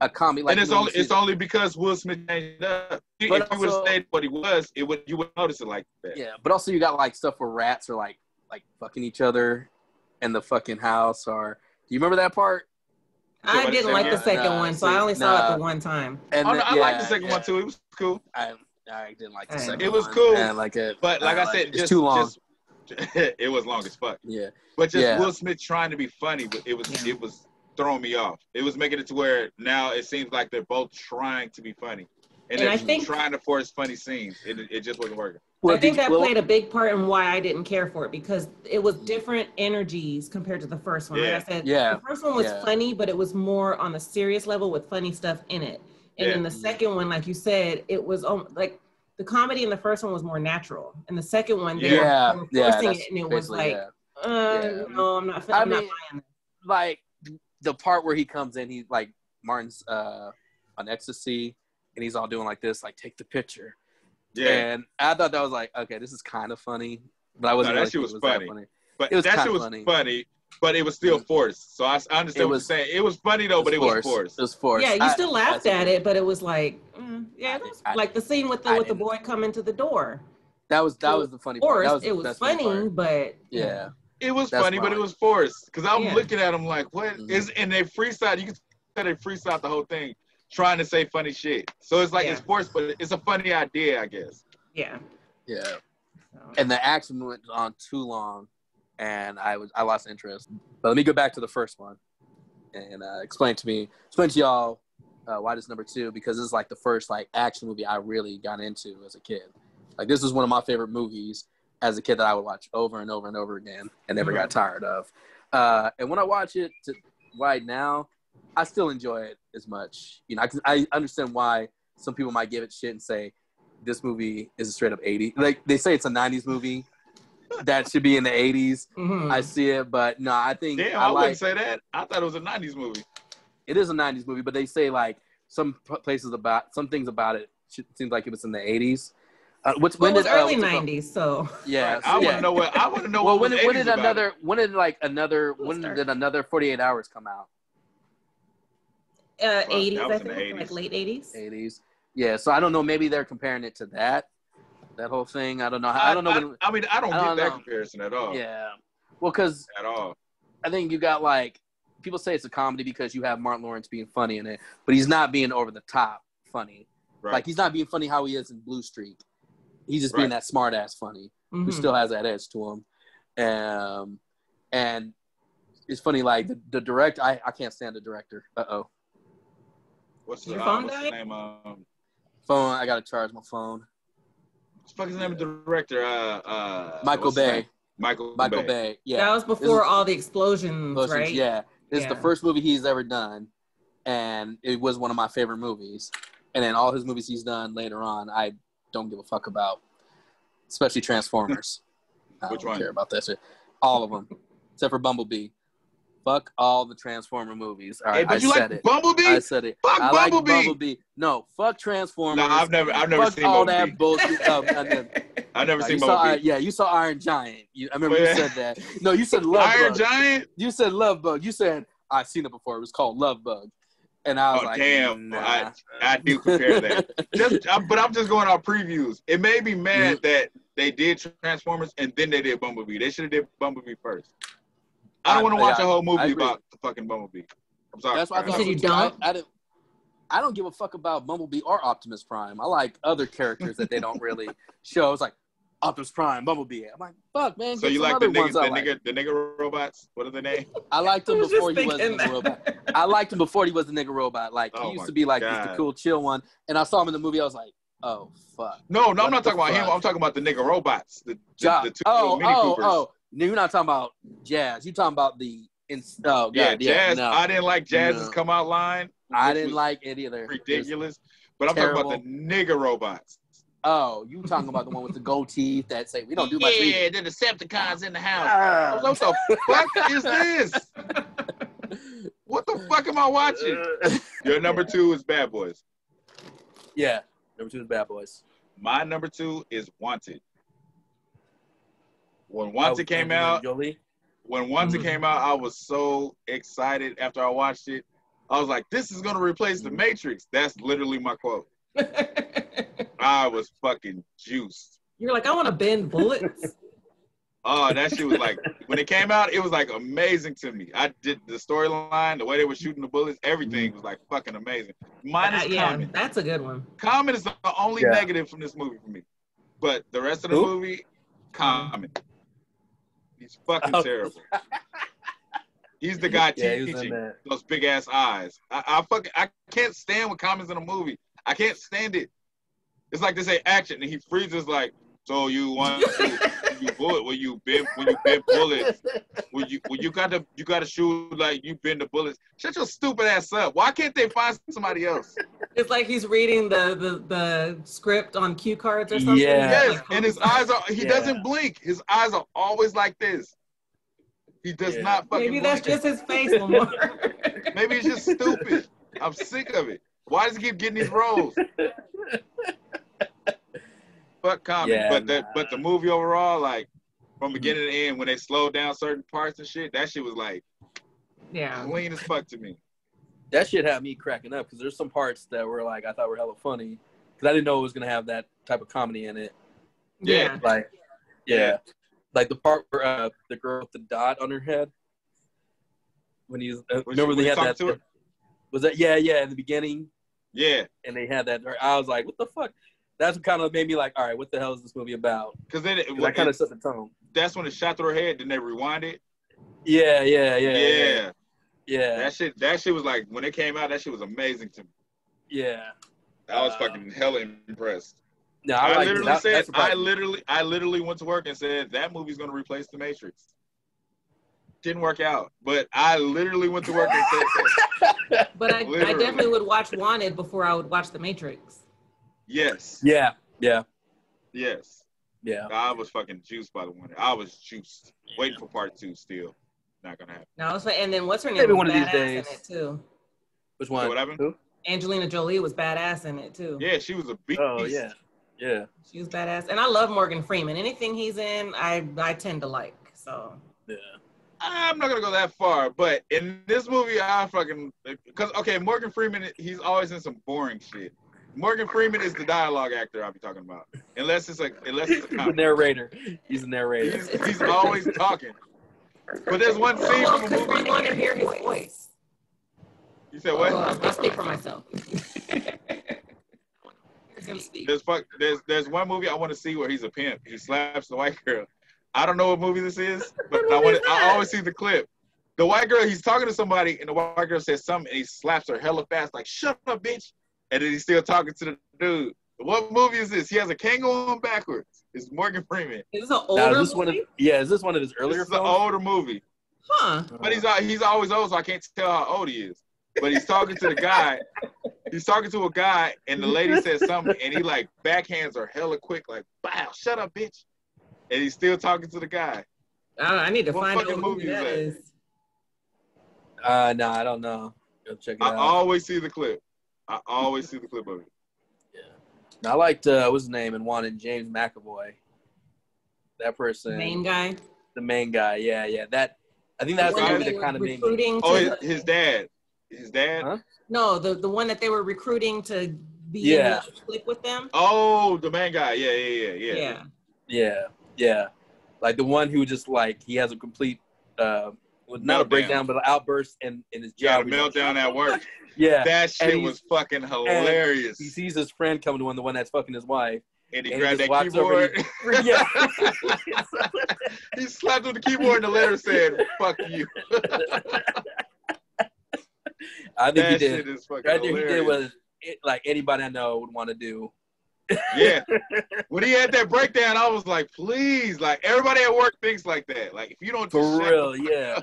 B: a comedy. Like
C: and it's
B: you know,
C: only
B: you see
C: it's only because Will Smith changed up.
B: But
C: If he would have
B: also-
C: stayed what he was, it would you would notice it like that.
B: Yeah, but also you got like stuff where rats are like like fucking each other in the fucking house. Or do you remember that part?
A: I
C: but
A: didn't
C: it's-
A: like the
B: yeah,
A: second
B: nah,
A: one, so I
B: see,
A: only saw it
B: nah.
A: the one time.
B: And
C: Oh,
B: then-
C: no, I
B: yeah,
C: like the second one
B: yeah.
C: too. It was cool,
B: I, I didn't like the
A: I
B: second.
C: It was
B: one.
C: cool.
B: I didn't like it,
C: but like I said,
B: it's
C: just,
B: too long.
C: just- it was long as fuck.
B: yeah,
C: But just
B: Yeah.
C: Will Smith trying to be funny, but it was
A: Yeah.
C: it was throwing me off. It was making it to where now it seems like they're both trying to be funny, and,
A: And
C: they're
A: I think-
C: trying to force funny scenes. It, it just wasn't working.
B: Well,
A: I think
B: did-
A: that
B: well,
A: played a big part in why I didn't care for it because it was different energies compared to the first one.
C: Yeah.
A: Like I said,
B: Yeah.
A: the first one was
B: Yeah.
A: funny, but it was more on a serious level with funny stuff in it. And then
C: Yeah.
A: the second one, like you said, it was um, like the comedy in the first one was more natural, and the second one, they
B: Yeah,
A: were
B: yeah,
A: forcing
B: that's
A: it, and it was
B: basically,
A: like,
B: yeah.
A: uh,
B: Yeah.
A: no, I'm not. fe-
B: I
A: I'm not
B: mean-
A: buying
B: like the part where he comes in, he like Martin's uh on ecstasy, and he's all doing like this, like take the picture.
C: Yeah,
B: And I thought that was like, okay, this is kind of funny, but I wasn't.
C: No, that
B: really
C: shit
B: think it
C: was
B: that
C: funny.
B: funny.
C: but
B: it was
C: that
B: kinda
C: shit was
B: funny.
C: funny. but it was still forced. So I, I understand
B: It
C: what
B: was-
C: you're saying. It was funny though, but it was forced.
B: It was
A: that.
B: forced.
A: Yeah, you
B: I-
A: still laughed
B: I-
A: at it, but it was like, mm, yeah,
B: I
A: that's
B: didn't- I
A: like the scene with the
B: I
A: with the
B: didn't.
A: boy coming to the door.
B: that was that
A: it
B: was the funny
A: Or
B: part. That was the
A: it was
B: best funny
A: funny,
B: part.
A: but
B: Yeah,
C: It was
B: That's
C: funny, but
B: why.
C: it was forced. Cause I'm
A: Yeah.
C: looking at him like, what is?
B: Mhm.
C: And they freestyle. You can tell they freestyle the whole thing, trying to say funny shit. So it's like
A: Yeah.
C: it's forced, but it's a funny idea, I guess.
A: yeah.
B: yeah.
A: So.
B: and the action went on too long, and I was I lost interest. But let me go back to the first one, and uh, explain to me, explain to y'all uh, why this number two because this is like the first like action movie I really got into as a kid. Like this was one of my favorite movies as a kid that I would watch over and over and over again and never
C: Mm-hmm.
B: got tired of. Uh, and when I watch it to, right now, I still enjoy it as much. You know, I, can- I understand why some people might give it shit and say this movie is a straight up 80. Like they say it's a 90s movie that should be in the 80s.
A: Mhm.
B: I see it, but no, I think
C: Mm. Damn,
B: I,
C: I,
B: like
C: wouldn't say that. I thought it was a '90s movie.
B: it is a 90s movie, but they say like some p- places about some things about it should, seems like it was in the 80s. Uh, what's
A: Well,
B: when
A: it was
B: did, uh,
A: early
B: what's it called?
A: '90s, so uh,
B: Yeah,
C: I want
B: yeah.
C: to know what. I want to know
B: Well, when,
C: what was
B: when
C: 80s
B: did
C: about it.
B: another when did like another
A: We'll
B: when
A: start.
B: did another 48 hours come out?
A: uh, '80s,
C: that
A: I
C: was in
A: think,
C: the 80s.
A: like late '80s.
B: 80s. Yeah, so I don't know. Maybe they're comparing it to that that whole thing. I don't know. I, don't know. when,
C: I, mean, I don't
B: I don't
C: get that
B: know.
C: comparison at all.
B: yeah, well, because
C: At all.
B: I think you got like people say it's a comedy because you have Martin Lawrence being funny in it, but he's not being over the top funny.
C: Right.
B: Like he's not being funny how he is in Blue Streak. He's just being
C: Right.
B: that smart ass funny
A: Mhm.
B: who still has that edge to him. Um, and it's funny like the, the director. I, I can't stand the director. Uh oh,
C: what's
A: Your
C: uh,
A: phone
C: what's
A: died?
C: his name? Um, what
B: phone. I gotta charge my phone.
C: the fuck is the name of the director? Uh, uh,
B: Michael
C: what's his
B: Bay.
C: name? Michael.
B: Michael Bay.
C: Bay.
B: Yeah.
A: That was before all the explosions,
B: Close Friends,
A: right?
B: Yeah, it's the
A: Yeah.
B: first movie he's ever done, and it was one of my favorite movies. And then all his movies he's done later on, I don't give a fuck about, especially Transformers. I
C: Which
B: don't
C: one?
B: care about that shit. All of them, except for Bumblebee. Fuck all the Transformer movies. All
C: Hey,
B: right,
C: but
B: I
C: you
B: said
C: like
B: it. I
C: Bumblebee?
B: said it.
C: Fuck
B: I like
C: Bumblebee.
B: Bumblebee. No, fuck Transformers.
C: No, I've never, I've never
B: fuck
C: seen
B: all
C: Bumblebee.
B: that bullshit. Oh, God, no.
C: I've never
B: No, you
C: seen
B: saw,
C: Bumblebee.
B: yeah, you saw Iron Giant. You, I remember
C: Yeah.
B: you said that. No, you said Love
C: Iron
B: Bug.
C: Giant?
B: You said love bug. You said I've seen it before. It was called Love Bug, and I was
C: Oh
B: like,
C: damn!
B: nah.
C: I, I do compare that. just, I, but I'm just going off previews. It made me mad that they did Transformers and then they did Bumblebee. They should have did Bumblebee first. I don't
B: I-
C: want to watch
B: yeah,
C: a whole
B: I
C: movie
B: agree.
C: about the fucking Bumblebee. I'm sorry.
B: That's why I
A: You
B: thought
A: said
B: it
A: you
B: was-
A: don't?
B: I, I didn't. I don't give a fuck about Bumblebee or Optimus Prime. I like other characters that they don't really show. It's like Optimus Prime, Bumblebee. I'm like, fuck, man.
C: So
B: get
C: you
B: some
C: like the
B: other
C: nigga,
B: ones
C: the
B: I like.
C: nigga, the nigga robots? What are the name?
B: I liked
A: I
B: him
A: was
B: before
A: just
B: he was
A: thinking
B: Nigga
A: that.
B: Robot. I liked him before he was the Nigga Robot. Like
C: Oh
B: he used
C: my
B: to be like just the
C: God.
B: cool, chill one. And I saw him in the movie. I was like, oh fuck.
C: No, no,
B: What
C: I'm not
B: the
C: talking about him.
B: fuck?
C: I'm talking about the nigga robots. The, the,
B: Job.
C: the two little
B: oh,
C: Mini
B: oh,
C: Coopers.
B: oh. No, you're not talking about jazz. You're talking about the. In, oh, God,
C: yeah,
B: yeah,
C: Jazz.
B: no.
C: I didn't like Jazz's
B: No.
C: come out line.
B: I
C: which
B: didn't
C: was
B: like it either. It was-
C: ridiculous. But I'm talking about the nigga robots.
B: oh, you talking about the one with the gold teeth that say we don't do much reading.
C: yeah, the Decepticons in the house. I
B: Ah.
C: was like, what the fuck is this? What the fuck am I watching? Your number two is Bad Boys.
B: yeah, number two is Bad Boys.
C: My number two is Wanted. When Wanted
B: Oh,
C: came
B: Angelina
C: out,
B: Jolie.
C: when Wanted
A: Mhm.
C: came out, I was so excited after I watched it. I was like, this is gonna replace the Matrix. That's literally my quote. I was fucking juiced.
A: You're like, I want to bend bullets.
C: Oh, that shit was like when it came out, it was like amazing to me. I did the storyline, the way they were shooting the bullets, everything was like fucking amazing. Minus
A: Mm. Uh, yeah,
C: Common.
A: that's a good one.
C: Common is the only
D: Yeah.
C: negative from this movie for me. But the rest of the
B: Who?
C: movie, Common. He's fucking
B: Oh.
C: terrible. He's the guy
D: Yeah, he was in
C: teaching
D: that.
C: those big ass eyes. I, I fucking I can't stand when Common's in a movie. I can't stand it. It's like they say action and he freezes like, so you want to you bullet when you bend when you bend bullets well, you well, you got to you got to shoot like you bend the bullets. Shut your stupid ass up. Why can't they find somebody else?
A: It's like he's reading the the, the script on cue cards or something.
D: Yeah.
C: Yes,
A: Like,
C: and his eyes are. He
D: Yeah.
C: doesn't blink. His eyes are always like this. He does
D: Yeah.
C: not fucking.
A: Maybe that's
C: blink.
A: just his face, Lamar.
C: Maybe it's just stupid. I'm sick of it. Why does he keep getting these roles? Fuck comedy,
D: Yeah,
C: but the
D: nah.
C: but the movie overall, like from beginning to end, when they slowed down certain parts and shit, that shit was like
A: yeah.
C: clean as fuck to me.
B: that shit had me cracking up because there's some parts that were like I thought were hella funny because I didn't know it was gonna have that type of comedy in it.
A: Yeah.
B: Like, yeah,
C: Yeah.
B: like the part where uh, the girl with the dot on her head when he's uh,
C: When she-
B: remember
C: when
B: they
C: he
B: had
C: talked
B: that
C: to her?
B: was that yeah yeah in the beginning
C: Yeah,
B: and they had that I was like what the fuck that's what kind of made me like all right what the hell is this movie about
C: because then it,
B: 'Cause that kind of set the tone
C: that's when it shot through her head. Then they rewind it.
B: yeah yeah yeah
C: Yeah,
B: yeah yeah
C: that shit. That shit was like when it came out. That shit was amazing to me.
B: yeah
C: I was
B: Uh,
C: fucking hella impressed.
B: no I, liked
C: I,
B: it.
C: literally
B: That-
C: said,
B: that's
C: I
B: probably-
C: literally, I literally went to work and said that movie's gonna replace The Matrix. Didn't work out, but I literally went to work and said, that.
A: But I, I
C: Literally.
A: definitely would watch Wanted before I would watch The Matrix.
C: yes,
B: yeah yeah
C: yes.
B: yeah
C: I was fucking juiced by the one. I was juiced, waiting for part two. Still, not gonna happen.
A: No, it's like, and then what's her name?
B: Maybe
A: was
B: one of these
A: badass
B: days.
A: In it too.
B: which
C: So
B: one
C: what happened?
A: Angelina Jolie was badass in it too.
C: Yeah, she was a beast.
B: oh yeah yeah
A: She was badass, and I love Morgan Freeman. Anything he's in, I I tend to like. So
B: yeah
C: I'm not gonna go that far, but in this movie, I fucking because okay, Morgan Freeman, he's always in some boring shit. Morgan Freeman is the dialogue actor I'll be talking about, unless it's like unless it's a
B: He's a
C: comedy.
B: narrator. He's a narrator.
C: He's, he's always talking. But there's one scene from a
A: Couldn't
C: movie.
A: even hear his voice.
C: You said what?
A: I speak for myself. Hear him speak.
C: There's fuck. There's there's one movie I want to see where he's a pimp. He slaps the white girl. I don't know what movie this is, but I want. I always see the clip. The white girl, he's talking to somebody, and the white girl says something, and he slaps her hella fast, like "Shut up, bitch!" And then he's still talking to the dude. What movie is this? He has a kangaroo on backwards. It's Morgan Freeman.
A: Is this an
B: Now,
A: older
B: is this one of,
A: movie?
B: yeah, is this one of his
C: This
B: earlier
C: is an
B: films?
C: older movie,
A: Huh.
C: but he's al- he's always old, so I can't tell how old he is. But he's talking to the guy. He's talking to a guy, and the lady says something, and he like backhands her hella quick, like "Wow, shut up, bitch!" And he's still talking to the guy.
A: I, I need to
C: What
A: find out
C: fucking
A: what movie
C: movie is
A: that
C: that?
A: is.
B: Uh, no, I don't know. Go check it
C: I
B: out.
C: always see the clip. I always see the clip of it.
B: Now, I liked uh, what's his name and wanted James McAvoy. That person,
A: Main guy.
B: the main guy. Yeah, yeah. That I think that's
C: The
B: the
C: one
B: movie
A: they
B: that
A: were
B: kind of made me.
A: recruiting
C: Oh,
A: to
C: his, his dad. His dad.
B: Huh?
A: No, the the one that they were recruiting to be
B: Yeah.
A: in the clique with them.
C: Oh, the main guy. Yeah, yeah, yeah, yeah.
B: Yeah, yeah. Like the one who just like he has a complete, uh, well, not a
C: Meltdown.
B: breakdown, but an outburst in in his
C: Yeah,
B: job.
C: the meltdown at work.
B: Yeah.
C: That shit
B: he's-
C: was fucking hilarious.
B: He sees his friend coming to him, the one that's fucking his wife.
C: And he
B: and he
C: grabbed
B: just walks
C: that
B: over and
C: keyboard.
B: Yeah.
C: he slapped on the keyboard and the letter said, fuck you.
B: I think he
C: That
B: did.
C: shit is fucking
B: Right there, he
C: hilarious.
B: did was it, like anybody I know would want to do.
C: Yeah. When he had that breakdown, I was like, please. Like, everybody at work thinks like that. Like, if you don't just
B: For
C: shut
B: real, yeah,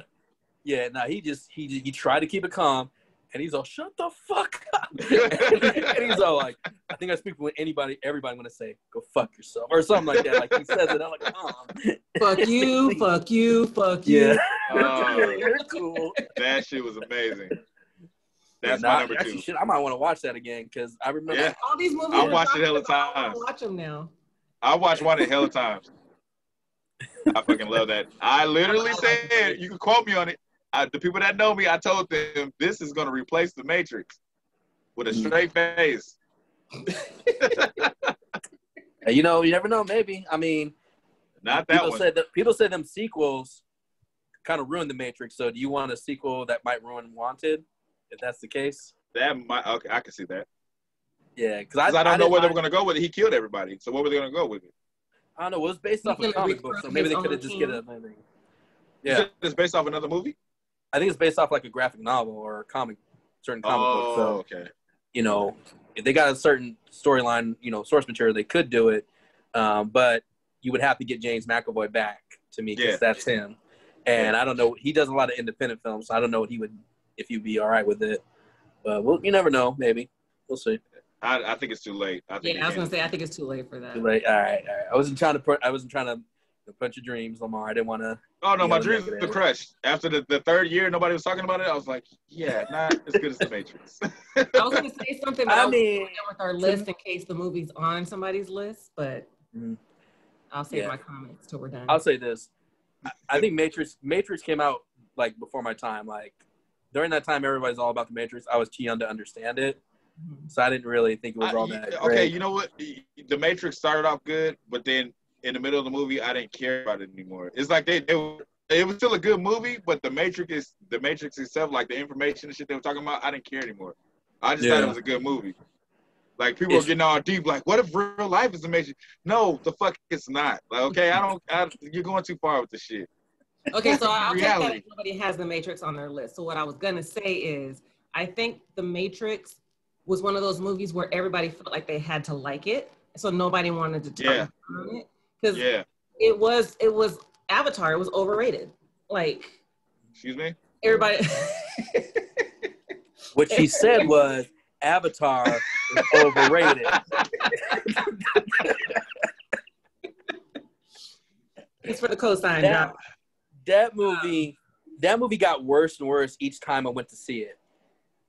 B: yeah. No, he just he he tried to keep it calm, and he's all shut the fuck up, and he's all like, I think I speak for anybody, everybody want to say go fuck yourself or something like that. Like he says it, I'm like calm,
A: Fuck you, fuck you, fuck you.
B: yeah,
C: Oh,
B: you're cool.
C: that shit was amazing. That's
B: Nah,
C: my number
B: actually,
C: two.
B: shit, I might want to watch that again because I remember.
C: Yeah.
A: All these movies.
C: I
A: we're
C: watched
A: talking
C: it hella
A: about, I wanna
C: times.
A: Watch them now.
C: I watched one a hell of times. I fucking love that. I literally said you can quote me on it. I, the people that know me, I told them this is going to replace the Matrix with
B: Mm.
C: a straight face.
B: You know, you never know. Maybe I mean,
C: Not that
B: people
C: one.
B: said that, people said them sequels kind of ruined the Matrix. So do you want a sequel that might ruin Wanted? If that's the case,
C: that might. Okay, I can see that.
B: yeah, because I,
C: Because I, don't know
B: didn't
C: where they
B: mind-
C: were going to go with it. He killed everybody. So what were they going to go with it?
B: I don't know. It was based off
A: He
B: a
A: can
B: comic book, so
A: recruit
B: maybe they
A: his
B: could
A: own
B: have just get
A: team.
B: a. maybe-
C: You
B: Yeah,
C: said It's based off another movie.
B: I think it's based off like a graphic novel or a comic, certain comic
C: Oh,
B: book. So
C: okay.
B: you know, if they got a certain storyline, you know, source material, they could do it. Um, but you would have to get James McAvoy back to me because
C: Yeah.
B: that's him. And I don't know, he does a lot of independent films, so I don't know what he would if he'd be all right with it. But we'll, you never know, maybe we'll see.
C: I, I think it's too late. I think
A: Yeah, I was gonna
C: they can't.
A: say I think it's too late for that.
B: Too late. All right, all right. I wasn't trying to put, I wasn't trying to punch your dreams, Lamar. I didn't want to.
C: Oh no,
B: Yeah,
C: my
B: we
C: dreams
B: never
C: were
B: did.
C: crushed. After the, the third year, nobody was talking about it. I was like, yeah, not as good as the Matrix.
A: I was gonna say something, but I,
B: I
A: was
B: mean,
A: gonna with our list in case the movie's on somebody's list, but
B: Mhm.
A: I'll save
B: Yeah.
A: my comments till we're done.
B: I'll say this: I- I think Matrix Matrix came out like before my time. Like during that time, everybody's all about the Matrix. I was too young to understand it.
A: Mhm.
B: so I didn't really think it was
C: I-
B: all
C: y-
B: that.
C: okay,
B: great.
C: you know what? The Matrix started off good, but then in the middle of the movie, I didn't care about it anymore. It's like they, they were, it was still a good movie, but the Matrix is the Matrix itself, like the information and shit they were talking about, I didn't care anymore. I just thought
B: Yeah.
C: it was a good movie. Like people
B: It's-
C: are getting all deep, like, what if real life is the Matrix? No, the fuck it's not. Like, okay, I don't. I, you're going too far with this shit.
A: Okay, so I'll take that
C: Reality.
A: if nobody has the Matrix on their list. So what I was gonna say is, I think the Matrix was one of those movies where everybody felt like they had to like it, so nobody wanted to turn
C: Yeah.
A: on it because
C: Yeah.
A: it was it was Avatar. It was overrated. Like
C: Excuse me.
A: everybody.
C: Mm-hmm.
B: What she said was Avatar is overrated.
A: It's for the cosign.
B: Yeah.
A: y'all.
B: That movie, that movie got worse and worse each time I went to see it.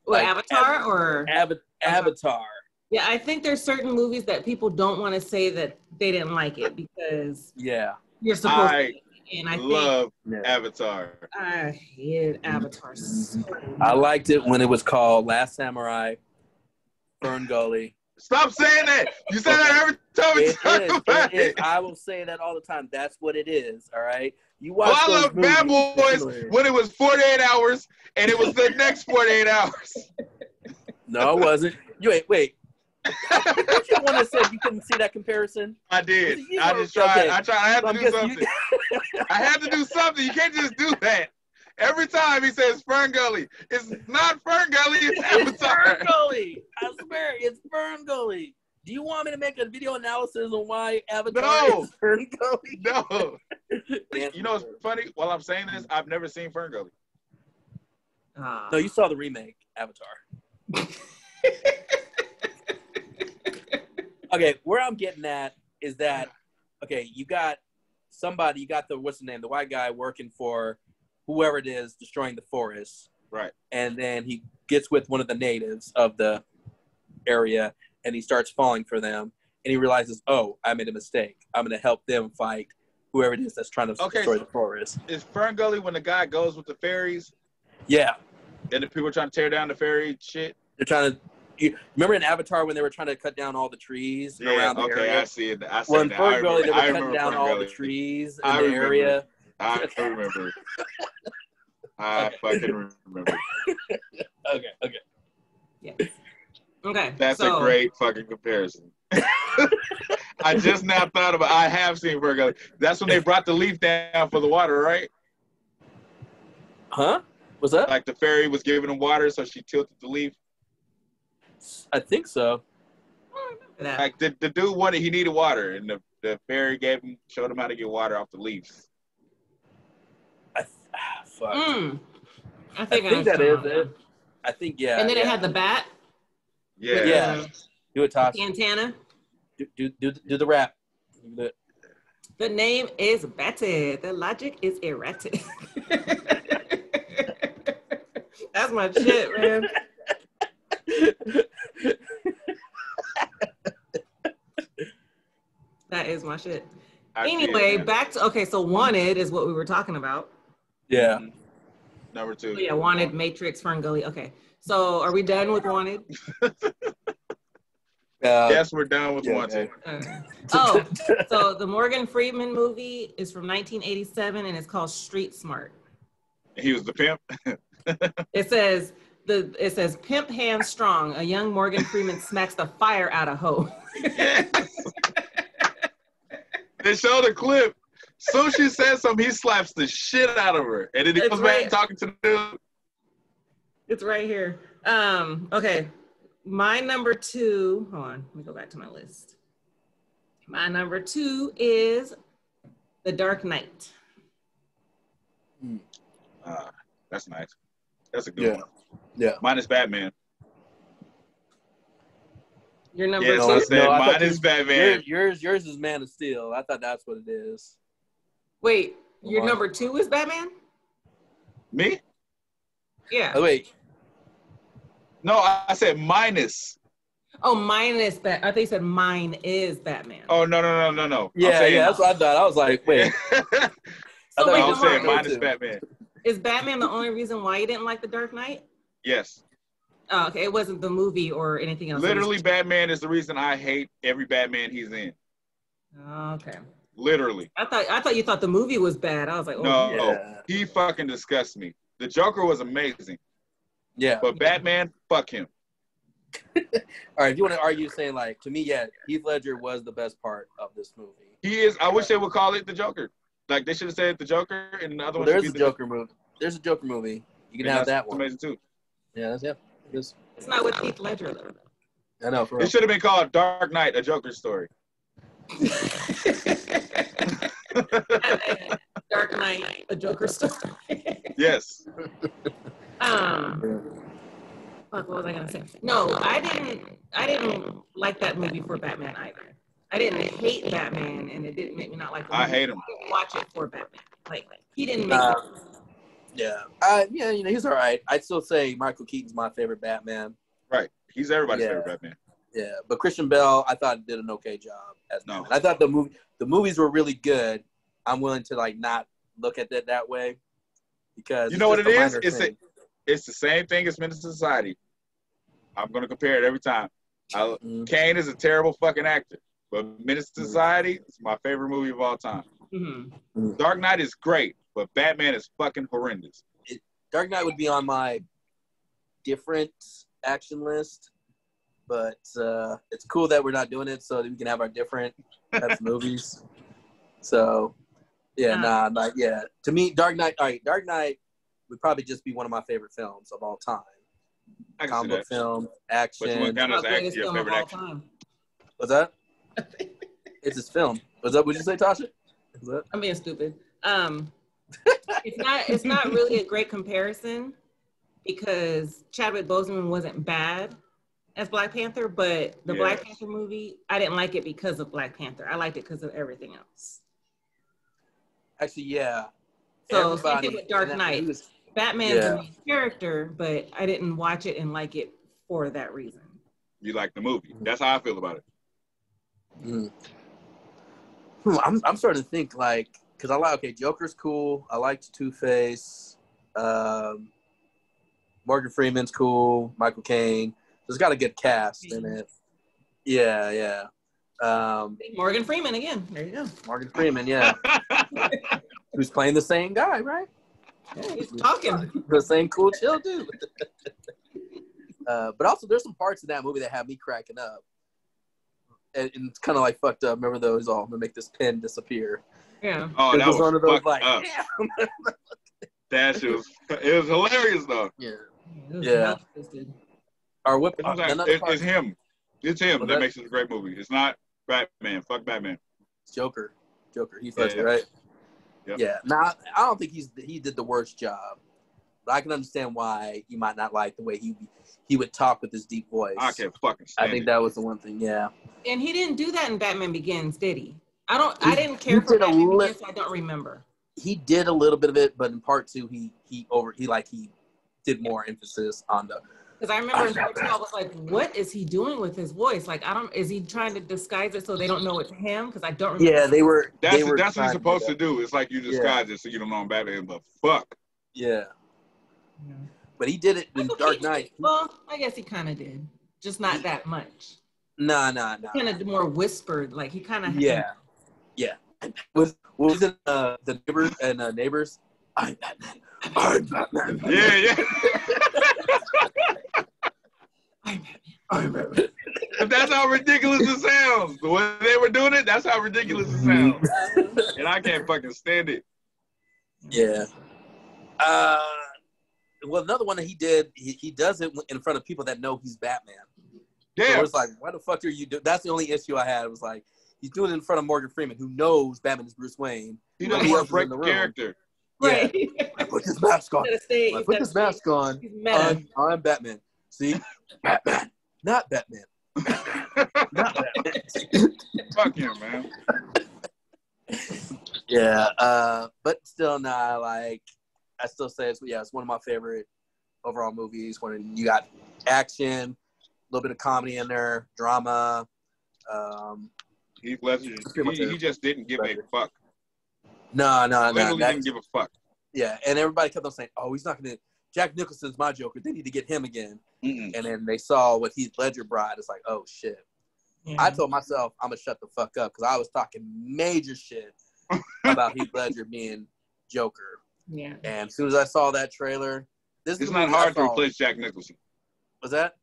A: What
B: Like,
A: Avatar
B: Ava-
A: or
B: Ava- Avatar.
A: yeah, I think there's certain movies that people don't want to say that they didn't like it because
B: Yeah.
A: you're supposed
C: I
A: to. And I think
C: Love
B: yeah.
C: Avatar.
A: I hated Avatar so
B: I liked it when it was called Last Samurai, Fern Gully.
C: Stop saying that. You say that every time we
B: It
C: talk
B: is,
C: about
B: it is.
C: it.
B: I will say that all the time. That's what it is. All right. You watch
C: Well, I
B: those
C: love Bad
B: movies-
C: Boys when it was 48 hours and it was the next 48 hours.
B: No, it wasn't. You wait, wait. Don't you want to say you couldn't see that comparison?
C: I did.
B: You
C: I
B: know,
C: just tried.
B: okay.
C: I tried. I had to
B: I'm
C: do
B: just-
C: something.
B: you-
C: I had to do something. You can't just do that. Every time he says Fern Gully, it's not Fern Gully, it's
B: it's Fern
C: Avatar.
B: Gully. I swear, it's Fern Gully. Do you want me to make a video analysis on why Avatar
C: No.
B: is Fern Gully?
C: No.
B: Yes,
C: You know what's
B: sir.
C: funny? While I'm saying this, I've never seen Fern Gully.
A: Ah.
B: No, you saw the remake, Avatar. okay, where I'm getting at is that okay, you got somebody, you got the what's the name, the white guy working for whoever it is destroying the forest.
C: Right.
B: And then he gets with one of the natives of the area and he starts falling for them and he realizes, Oh, I made a mistake. I'm gonna help them fight whoever it is that's trying to
C: Okay,
B: destroy
C: so-
B: the forest.
C: Is Fern Gully when the guy goes with the fairies
B: Yeah.
C: and the people are trying to tear down the fairy shit?
B: They're trying to you, remember in Avatar when they were trying to cut down all the trees around the
C: okay,
B: area?
C: I see it. I see
B: Well, in
C: it now.
B: Fern
C: I
B: Gully, they
C: remember-
B: were
C: I
B: cutting
C: remember
B: down
C: Fern
B: all
C: Gully.
B: the trees in
C: I
B: the
C: remember.
B: area.
C: I remember. I fucking remember.
B: Okay, okay.
A: Yes. Okay.
C: That's
A: so,
C: a great fucking comparison. I just now thought about. I have seen Virgo. That's when they brought the leaf down for the water, right?
B: Huh? What's up?
C: Like the fairy was giving them water, so she tilted the leaf.
B: I think so.
A: I don't remember that.
C: Like the, the dude wanted, he needed water, and the, the fairy gave him, showed him how to get water off the leaves.
B: I th- ah, fuck.
A: Mm. I
B: I
A: think,
B: think that is it. I think yeah.
A: And then
B: yeah.
A: it had the bat. um,
C: Yeah.
B: Yeah. do it, Tosh.
A: Santana.
B: Do, do do do the rap. Do it.
A: The name is Batty. The logic is erratic. That's my shit, man. That is my shit.
C: I see it
A: Anyway,
C: now.
A: back to okay. So wanted is what we were talking about.
B: Yeah.
C: Number two.
A: Oh, yeah, Wanted, Matrix, Ferngully. Okay, so are we done with Wanted?
B: Uh,
C: Yes, we're done with
B: Yeah,
C: Wanted.
A: Uh, oh, so the Morgan Freeman movie is from 1987 and it's called Street Smart.
C: He was the pimp.
A: It says the it says pimp hands strong. A young Morgan Freeman smacks the fire out of hoe.
C: they show the clip. So she says something, he slaps the shit out of her. And then he
A: That's
C: comes
A: right.
C: back and talking to the dude.
A: It's right here. Um, okay. My number two, hold on, let me go back to my list. My number two is The Dark Knight.
C: Ah, that's nice. That's a good
B: Yeah.
C: one.
B: Yeah.
C: Mine is Batman.
A: Your number
C: Yes,
A: two.
C: I said
B: No, I
C: mine
B: thought you-
C: is Batman.
B: yours, yours, yours is Man of Steel. I thought that's what it is.
A: Wait, your
B: Lamar.
A: number two is Batman?
C: Me?
A: Yeah.
B: Oh, wait,
C: No, I I said minus.
A: Oh, mine is Bat. I thought you said mine is Batman.
C: Oh no no no no no. I'm
B: yeah,
C: saying-
B: yeah, that's what I thought. I was like, wait,
A: so
B: I
A: wait,
B: thought
C: I'm
B: you
A: hold
C: saying
A: on.
B: mine-
C: mine is Batman.
A: is Batman the only reason why you didn't like The Dark Knight?
C: Yes.
A: Oh, okay. It wasn't the movie or anything else. It was-
C: Literally Batman is the reason I hate every Batman he's in.
A: Okay.
C: Literally.
A: I thought I thought you thought the movie was bad. I was like, oh,
C: No.
B: yeah,
C: He fucking disgusts me. The Joker was amazing,
B: yeah.
C: but Batman, fuck him.
B: All right, if you want to argue, saying like to me, yeah, Heath Ledger was the best part of this movie.
C: He is. I wish they would call it the Joker. Like they should have said the Joker, and the other one
B: there's a
C: should be
B: Joker movie. There's a Joker movie. You can
C: And
B: have
C: that's
B: that one.
C: Amazing too.
B: Yeah, that's yeah. Just,
A: it's not with Heath Ledger though.
B: I know for real.
C: It should have been called Dark Knight, a Joker story.
A: Dark Knight, a Joker story.
C: Yes.
A: um, fuck, what was I gonna say? No, I didn't. I didn't like that movie for Batman either. I didn't hate Batman, and it didn't make me not like. The
C: I
A: movie.
C: hate him.
A: I didn't watch it for Batman. Like he didn't make.
B: Nah. Yeah, uh, yeah, you know he's all right. I'd still say Michael Keaton's my favorite Batman.
C: Right. He's everybody's
B: Yeah.
C: favorite Batman.
B: Yeah, but Christian Bell, I thought did an okay job as
C: No.
B: Batman. I thought the movie, the movies were really good. I'm willing to like not look at it that way because
C: You know what
B: just
C: it
B: a
C: is?
B: minor
C: It's a-
B: thing.
C: It's the same thing as Men of Society. I'm gonna compare it every time. I,
B: Mm.
C: Kane is a terrible fucking actor, but Men of Society is my favorite movie of all time.
A: Mhm.
C: Dark Knight is great, but Batman is fucking horrendous.
B: Dark Knight would be on my different action list, but uh, it's cool that we're not doing it so that we can have our different types of movies. So, yeah,
A: Yeah.
B: nah, like, yeah. To me, Dark Knight, all right, Dark Knight would probably just be one of my favorite films of all time.
C: I can see
B: Comic book
C: that.
B: film,
C: But you wouldn't
B: action.
C: count
A: Not
C: as
A: greatest
C: act- your
A: film of
C: favorite
A: all
C: actor.
A: time.
B: What's that? it's his film. What's up? Would you say, Tasha? What's up?
A: I'm being stupid. Um, it's not. It's not really a great comparison because Chadwick Boseman wasn't bad as Black Panther, but the Black
C: Yes.
A: Panther movie, I didn't like it because of Black Panther. I liked it because of everything else.
B: Actually, yeah.
A: So same
B: Everybody
A: thing with Dark
B: in that-
A: Knight.
B: he was-
A: Batman's
B: Yeah.
A: a main character, but I didn't watch it and like it for that reason.
C: You like the movie. That's how I feel about it.
B: Mm. Hmm, I'm, I'm starting to think like because I like okay, Joker's cool. I liked Two Face. Um, Morgan Freeman's cool. Michael Caine. So it's got a good cast in it. Yeah, yeah. Um,
A: Morgan Freeman again. There you go.
B: Morgan Freeman, yeah, who's playing the same guy, right?
A: He's talking.
B: The same cool chill dude. uh, but also, there's some parts in that movie that have me cracking up, and, and it's kind of like fucked up. Remember those? Oh, I'm gonna make this pen disappear.
A: Yeah.
C: Oh,
B: It
C: that was,
B: one of those
C: fucked
B: like,
C: up.
B: "Damn."
C: That shit was. It was hilarious though.
A: It was
B: Yeah.
A: maltwisted.
B: Or what?
C: It's, like,
B: another
C: it-
B: part,
C: it's him. It's him
B: Well,
C: that
B: that-
C: makes it a great movie. It's not Batman. Fuck Batman.
B: Joker. Joker. He's
C: Yeah,
B: Ledger,
C: yeah.
B: right?
C: Yep.
B: Yeah. Now I don't think he's he did the worst job, but I can understand why you might not like the way he he would talk with his deep voice.
C: I can't fucking
B: I
C: stand
B: think
C: it.
B: that was the one thing. Yeah.
A: And he didn't do that in Batman Begins, did he? I don't.
B: He-
A: I didn't care
B: he
A: for
B: did a
A: Batman
B: li-
A: Begins. so I don't remember.
B: He did a little bit of it, but in part two, he he over he like he did more emphasis on the.
A: Because I remember in part two, I was like, "What is he doing with his voice? Like, I don't. Is he trying to disguise it so they don't know it's him? Because I don't remember."
B: Yeah, they were.
C: That's
B: they were
C: that's what
B: trying
C: he's supposed
B: do
C: to do. It's like you disguise it so you don't know I'm Batman, but fuck.
B: that. Yeah.
A: Yeah.
B: But he did it in
A: Michael
B: Dark
A: Keaton-
B: Knight.
A: Well, I guess he kind of did, just not that much.
B: Nah, nah, nah.
A: Kind of more whispered, like he kind of
B: Yeah, yeah. Was was it uh, the neighbors and uh, neighbors? I'm Batman. I'm Batman.
C: Yeah, yeah.
A: I'm Batman.
B: I'm Batman.
C: That's how ridiculous it sounds. The way they were doing it, that's how ridiculous it sounds. And I can't fucking stand it.
B: Yeah. Uh, well, another one that he did, he, he does it in front of people that know he's Batman. So
C: Yeah.
B: it's like, why the fuck are you doing? That's the only issue I had. It was like, he's doing it in front of Morgan Freeman, who knows Batman is Bruce Wayne.
C: He doesn't
B: Who else
C: want to
B: is
C: break
B: in the
C: the
B: room?
C: character.
A: Right.
B: I put this mask on.
A: Instead of saying-
B: I put this
A: instead of
B: mask on.
A: saying He's meta.
B: I'm, I'm Batman. See, Batman, not Batman. Not Batman.
C: Fuck him, man.
B: yeah, uh, but still, nah. Like, I still say it's yeah, it's one of my favorite overall movies. When you got action, a little bit of comedy in there, drama. Um,
C: Heath Ledger,
B: Pretty much
C: he, he
B: it.
C: just didn't give a
B: Ledger.
C: fuck.
B: no, no, no.
C: Literally
B: that-
C: didn't give a fuck.
B: yeah, and everybody kept on saying, "Oh, he's not gonna." Jack Nicholson's my Joker. They need to get him again.
C: Mm-mm.
B: And then they saw what Heath Ledger brought. It's like, oh shit.
A: Yeah.
B: I told myself I'm gonna shut the fuck up because I was talking major shit about Heath Ledger being Joker.
A: yeah.
B: And as soon as I saw that trailer, this is
C: It's
B: the
C: not
B: movie I
C: hard to
B: saw.
C: replace Jack Nicholson.
B: Was that?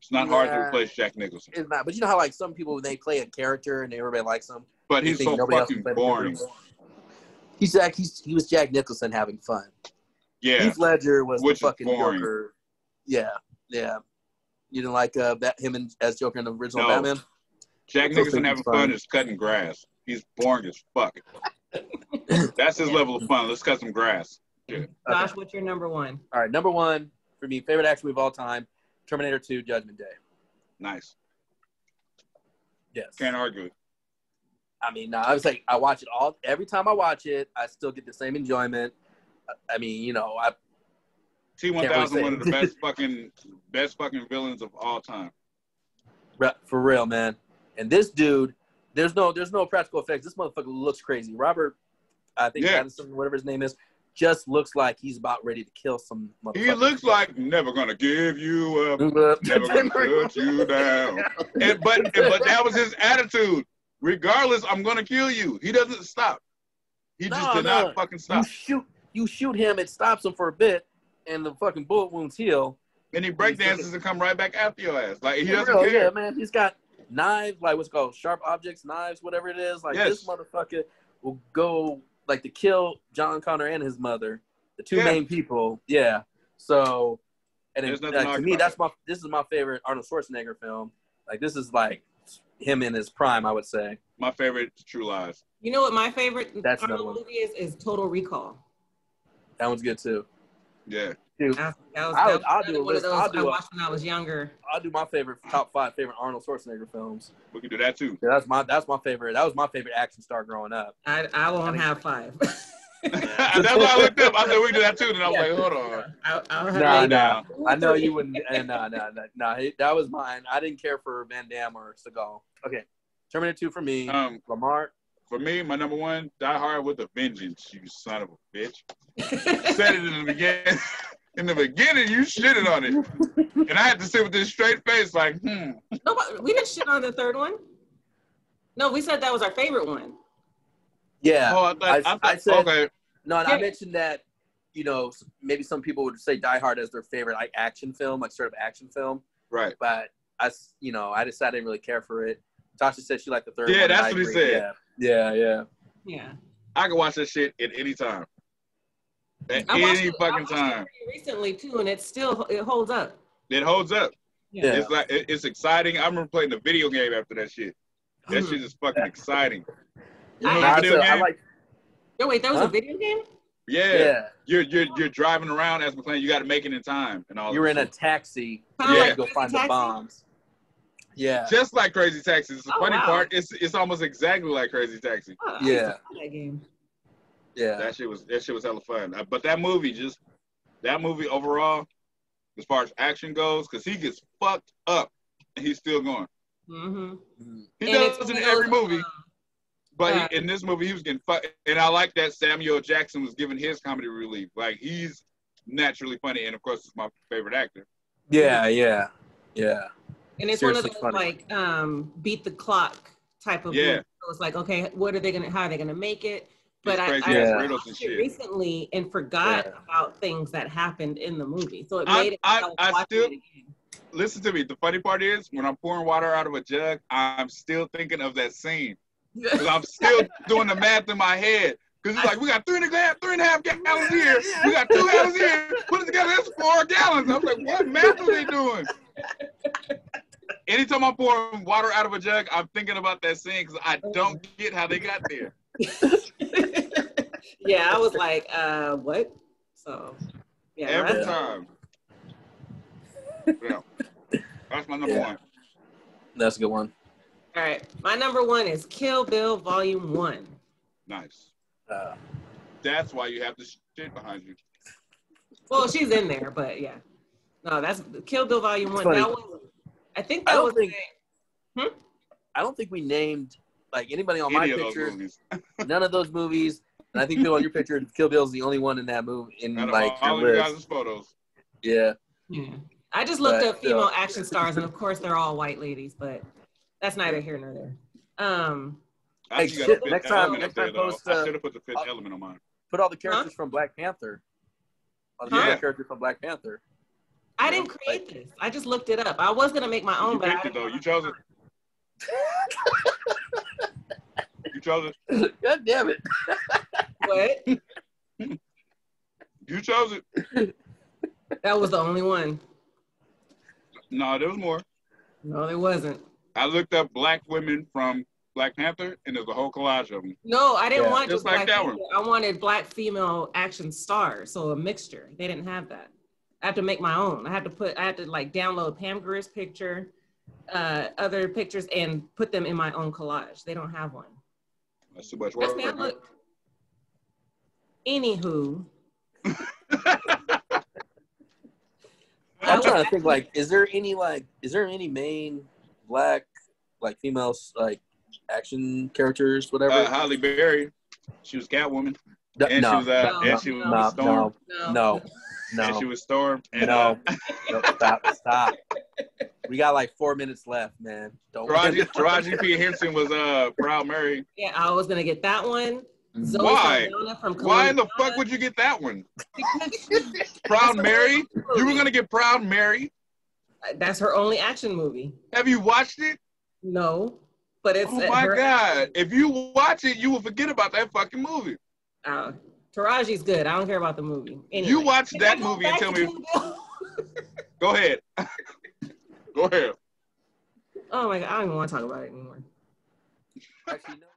C: It's not hard to
B: Yeah.
C: replace Jack Nicholson.
B: It's not. But you know how like some people when they play a character and everybody likes them.
C: But
B: you
C: he's
B: think
C: so
B: nobody else can
C: fucking
B: play the
C: boring.
B: character. He's Jack. He's, he was Jack Nicholson having fun.
C: Yeah.
B: Heath Ledger was
C: Which is
B: the fucking
C: boring.
B: Joker. Yeah, yeah. You didn't like uh, that him and, as Joker in the original
C: No.
B: Batman.
C: Jack
B: Nicholson's
C: Nicholson having fun
B: fine.
C: is cutting grass. He's boring as fuck. That's his level of fun. Let's cut some grass.
A: Josh, what's your number one?
B: All right, number one for me, favorite action movie of all time, Terminator Two: Judgment Day.
C: Nice.
B: Yes.
C: Can't argue it.
B: I mean, nah, I was like, I watch it all every time I watch it. I still get the same enjoyment. I- I mean, you know, I Can't
C: T1000
B: really
C: one of
B: say.
C: the best fucking best fucking villains of all time.
B: re- for real, man. And this dude, there's no, there's no practical effects. This motherfucker looks crazy. Robert, I think
C: Yeah.
B: Pattinson, whatever his name is, just looks like he's about ready to kill some.
C: He
B: motherfucker.
C: looks like never gonna give you up, never gonna put you down. And, but but that was his attitude. Regardless, I'm gonna kill you. He doesn't stop. He just
B: No,
C: did
B: no.
C: not fucking
B: you
C: stop.
B: shoot, you shoot him. It stops him for a bit, and the fucking bullet wounds heal.
C: And he break dances and come right back after your ass. Like he
B: For
C: doesn't
B: real,
C: care.
B: Yeah, man. He's got knives, like what's it called sharp objects, knives, whatever it is. Like
C: Yes.
B: this motherfucker will go like to kill John Connor and his mother, the two
C: Yeah.
B: main people. Yeah. So, and
C: There's
B: it,
C: nothing
B: like,
C: hard
B: to me,
C: about
B: that's my this is my favorite Arnold Schwarzenegger film. Like this is like him in his prime, I would say.
C: My favorite is True Lies.
A: You know what my favorite
B: That's another
A: Arnold
B: one.
A: movie is? Is Total Recall.
B: That one's good too.
C: Yeah.
A: I, that was,
B: I'll-
A: that was
B: I'll
A: another
B: do a
A: one
B: list.
A: of those
B: I'll do
A: I
B: a-
A: watched when I was younger.
B: I'll do my favorite top five favorite Arnold Schwarzenegger films.
C: We can do that too.
B: Yeah, that's my that's my favorite. That was my favorite action star growing up.
A: I, I won't have five.
C: That's why I looked up. I said we can do that too. And I was like, hold on.
A: I, I'll have
B: Nah,
A: like-
B: nah.
C: nah.
B: I know you wouldn't. Uh, no, no, no, no. it- That was mine. I didn't care for Van Damme or Seagal. Okay, Terminator Two for me.
C: Um,
B: Lamar.
C: for me, my number one, Die Hard with a Vengeance. You son of a bitch. Said it in the beginning. In the beginning, you shitted on it, and I had to sit with this straight face, like, hmm.
A: Nobody, we didn't shit on the third one. No, we said that was our favorite one.
B: Yeah.
C: Oh, I thought, I,
B: I-
C: thought,
B: I said-
C: okay,
B: No, and I mentioned that. You know, s- maybe some people would say Die Hard as their favorite like action film, like sort of action film.
C: right.
B: But I, s- you know, I decided I didn't really care for it. Tasha said she liked the third
C: Yeah,
B: one. and
C: that's
B: I
C: what he
B: agree.
C: said.
B: Yeah, yeah, yeah.
A: Yeah.
C: I can watch that shit at any time, at
A: I watched
C: any
A: it- I
C: fucking
A: watched it
C: time.
A: pretty recently too, and it still it holds up.
C: It holds up.
B: Yeah.
C: It's like it- it's exciting. I remember playing the video game after that shit. That shit is fucking exciting.
A: I-
B: No, I,
C: Video
B: said- I
C: game?
B: like.
A: Oh wait, that was
B: Huh?
A: a video game.
C: Yeah,
B: Yeah,
C: you're you're you're driving around as McLean. You got to make it in time and all.
B: you're
C: that
B: in a
C: shit.
B: taxi.
A: Kinda
B: You
C: Yeah.
B: have to go
A: Crazy
B: find the
A: Taxi?
B: bombs. Yeah.
C: just like Crazy Taxi. It's the
A: Oh,
C: funny
A: wow.
C: part. It's it's almost exactly like Crazy Taxi.
A: Oh, I used
B: Yeah.
A: to play that game.
B: Yeah.
C: That shit was that shit was hella fun. Uh, But that movie just that movie overall, as far as action goes, because he gets fucked up and he's still going.
A: Mm-hmm.
B: Mm.
C: He does it in every movie,
A: uh,
C: but he- in this movie he was getting fucked. And I like that Samuel Jackson was giving his comedy relief. Like he's naturally funny, and of course, is my favorite actor.
B: Yeah, yeah, yeah.
A: And it's
B: Seriously
A: one of those
B: funny.
A: like um, beat the clock type of
C: Yeah.
A: movies. So it's like, okay, what are they gonna? How are they gonna make it? But I,
C: crazy
A: I
B: ass
C: riddles and
A: watched
C: shit.
A: it recently and forgot
B: Yeah.
A: about things that happened in the movie, so it
C: I-
A: made it.
C: I-
A: was
C: I
A: watching
C: still-
A: it again.
C: Listen to me. The funny part is, when I'm pouring water out of a jug, I'm still thinking of that scene because I'm still doing the math in my head. Because it's like we got three and a half, three and a half gallons here. We got two gallons here. Put it together, that's four gallons. I'm like, what math are they doing? Anytime I'm pouring water out of a jug, I'm thinking about that scene because I don't get how they got there.
A: yeah, I was like, uh, what? So, yeah,
C: Every
A: that's-
C: time. Yeah. That's my number
B: Yeah.
C: one.
B: That's a good one.
A: all right. My number one is Kill Bill Volume One.
C: Nice.
B: Uh,
C: That's why you have the shit behind you.
A: Well, she's in there, but yeah, no, that's Kill Bill Volume One.
B: Funny.
A: That was, I think
B: I
A: that
B: don't
A: was
B: think-
A: the-
B: I don't think we named like anybody on
C: Any
B: my
C: of those
B: picture.
C: movies.
B: None of those movies. And I think Bill on your picture, Kill Bill's the only one in that movie in
C: Out of
B: Mm, like
C: all
B: your
C: of you
B: list.
C: guys' photos.
B: Yeah.
A: Yeah. I just looked
B: But
A: up female
B: still.
A: action stars, and of course they're all white ladies, but that's neither here nor there. Um,
C: I
B: Hey,
C: actually got
B: shit,
C: the Fifth
B: next
A: time-
C: Element up
B: next time
C: there, though.
B: post,
C: I
B: uh,
C: should have put the fifth
B: uh,
C: element on mine.
B: Put all the characters from Black Panther. All the
A: Huh?
B: yeah. characters from Black Panther.
A: I didn't create this. I just looked it up. I was gonna make my own,
C: you
A: but I
C: picked it
A: didn't
C: though. You chose it. you chose it.
B: God damn it.
A: what?
C: You chose it.
A: That was the only one.
C: No, there was more.
A: No, there wasn't.
C: I looked up black women from Black Panther, and there's a whole collage of them.
A: No, I didn't
B: Yeah.
A: want just
C: Just
A: black
C: like that
A: people. I wanted black female action stars, so a mixture. They didn't have that. I had to make my own. I had to put. I had to like download Pam Greer's picture, uh, other pictures, and put them in my own collage. They don't have one.
C: That's too much
A: That's
C: work.
A: bad look. Anywho,
B: I'm trying to think like, is there any like is there any main black like females like action characters, whatever?
C: uh, Holly Berry, she was Catwoman,
B: no,
C: and she
B: no,
C: was uh,
A: No,
C: and she was
A: no,
C: Storm,
B: no,
A: no.
B: no,
C: and she
B: no,
C: was Storm, and uh,
B: no, no, stop, stop. We got like four minutes left, man. Don't
C: Taraji, Taraji P. Henson was uh Proud Mary.
A: Yeah, I was gonna get that one. Zoe
C: Why?
A: Saldana from
C: Why in the
A: Columbia.
C: fuck would you get that one?
A: Because
C: Proud
A: That's a
C: Mary?
A: movie.
C: You were gonna get Proud Mary?
A: That's her only action movie.
C: Have you watched it?
A: No, but it's
C: oh my
A: her-
C: god! If you watch it, you will forget about that fucking movie.
A: Uh, Taraji's good. I don't care about the movie. Anyway.
C: You watch
A: Can
C: that
A: I go
C: movie and
A: back
C: tell
A: to
C: me.
A: Kill
C: Go ahead. Go ahead.
A: Bill? Oh my god, I don't even want to talk about it anymore.
B: Actually, you know-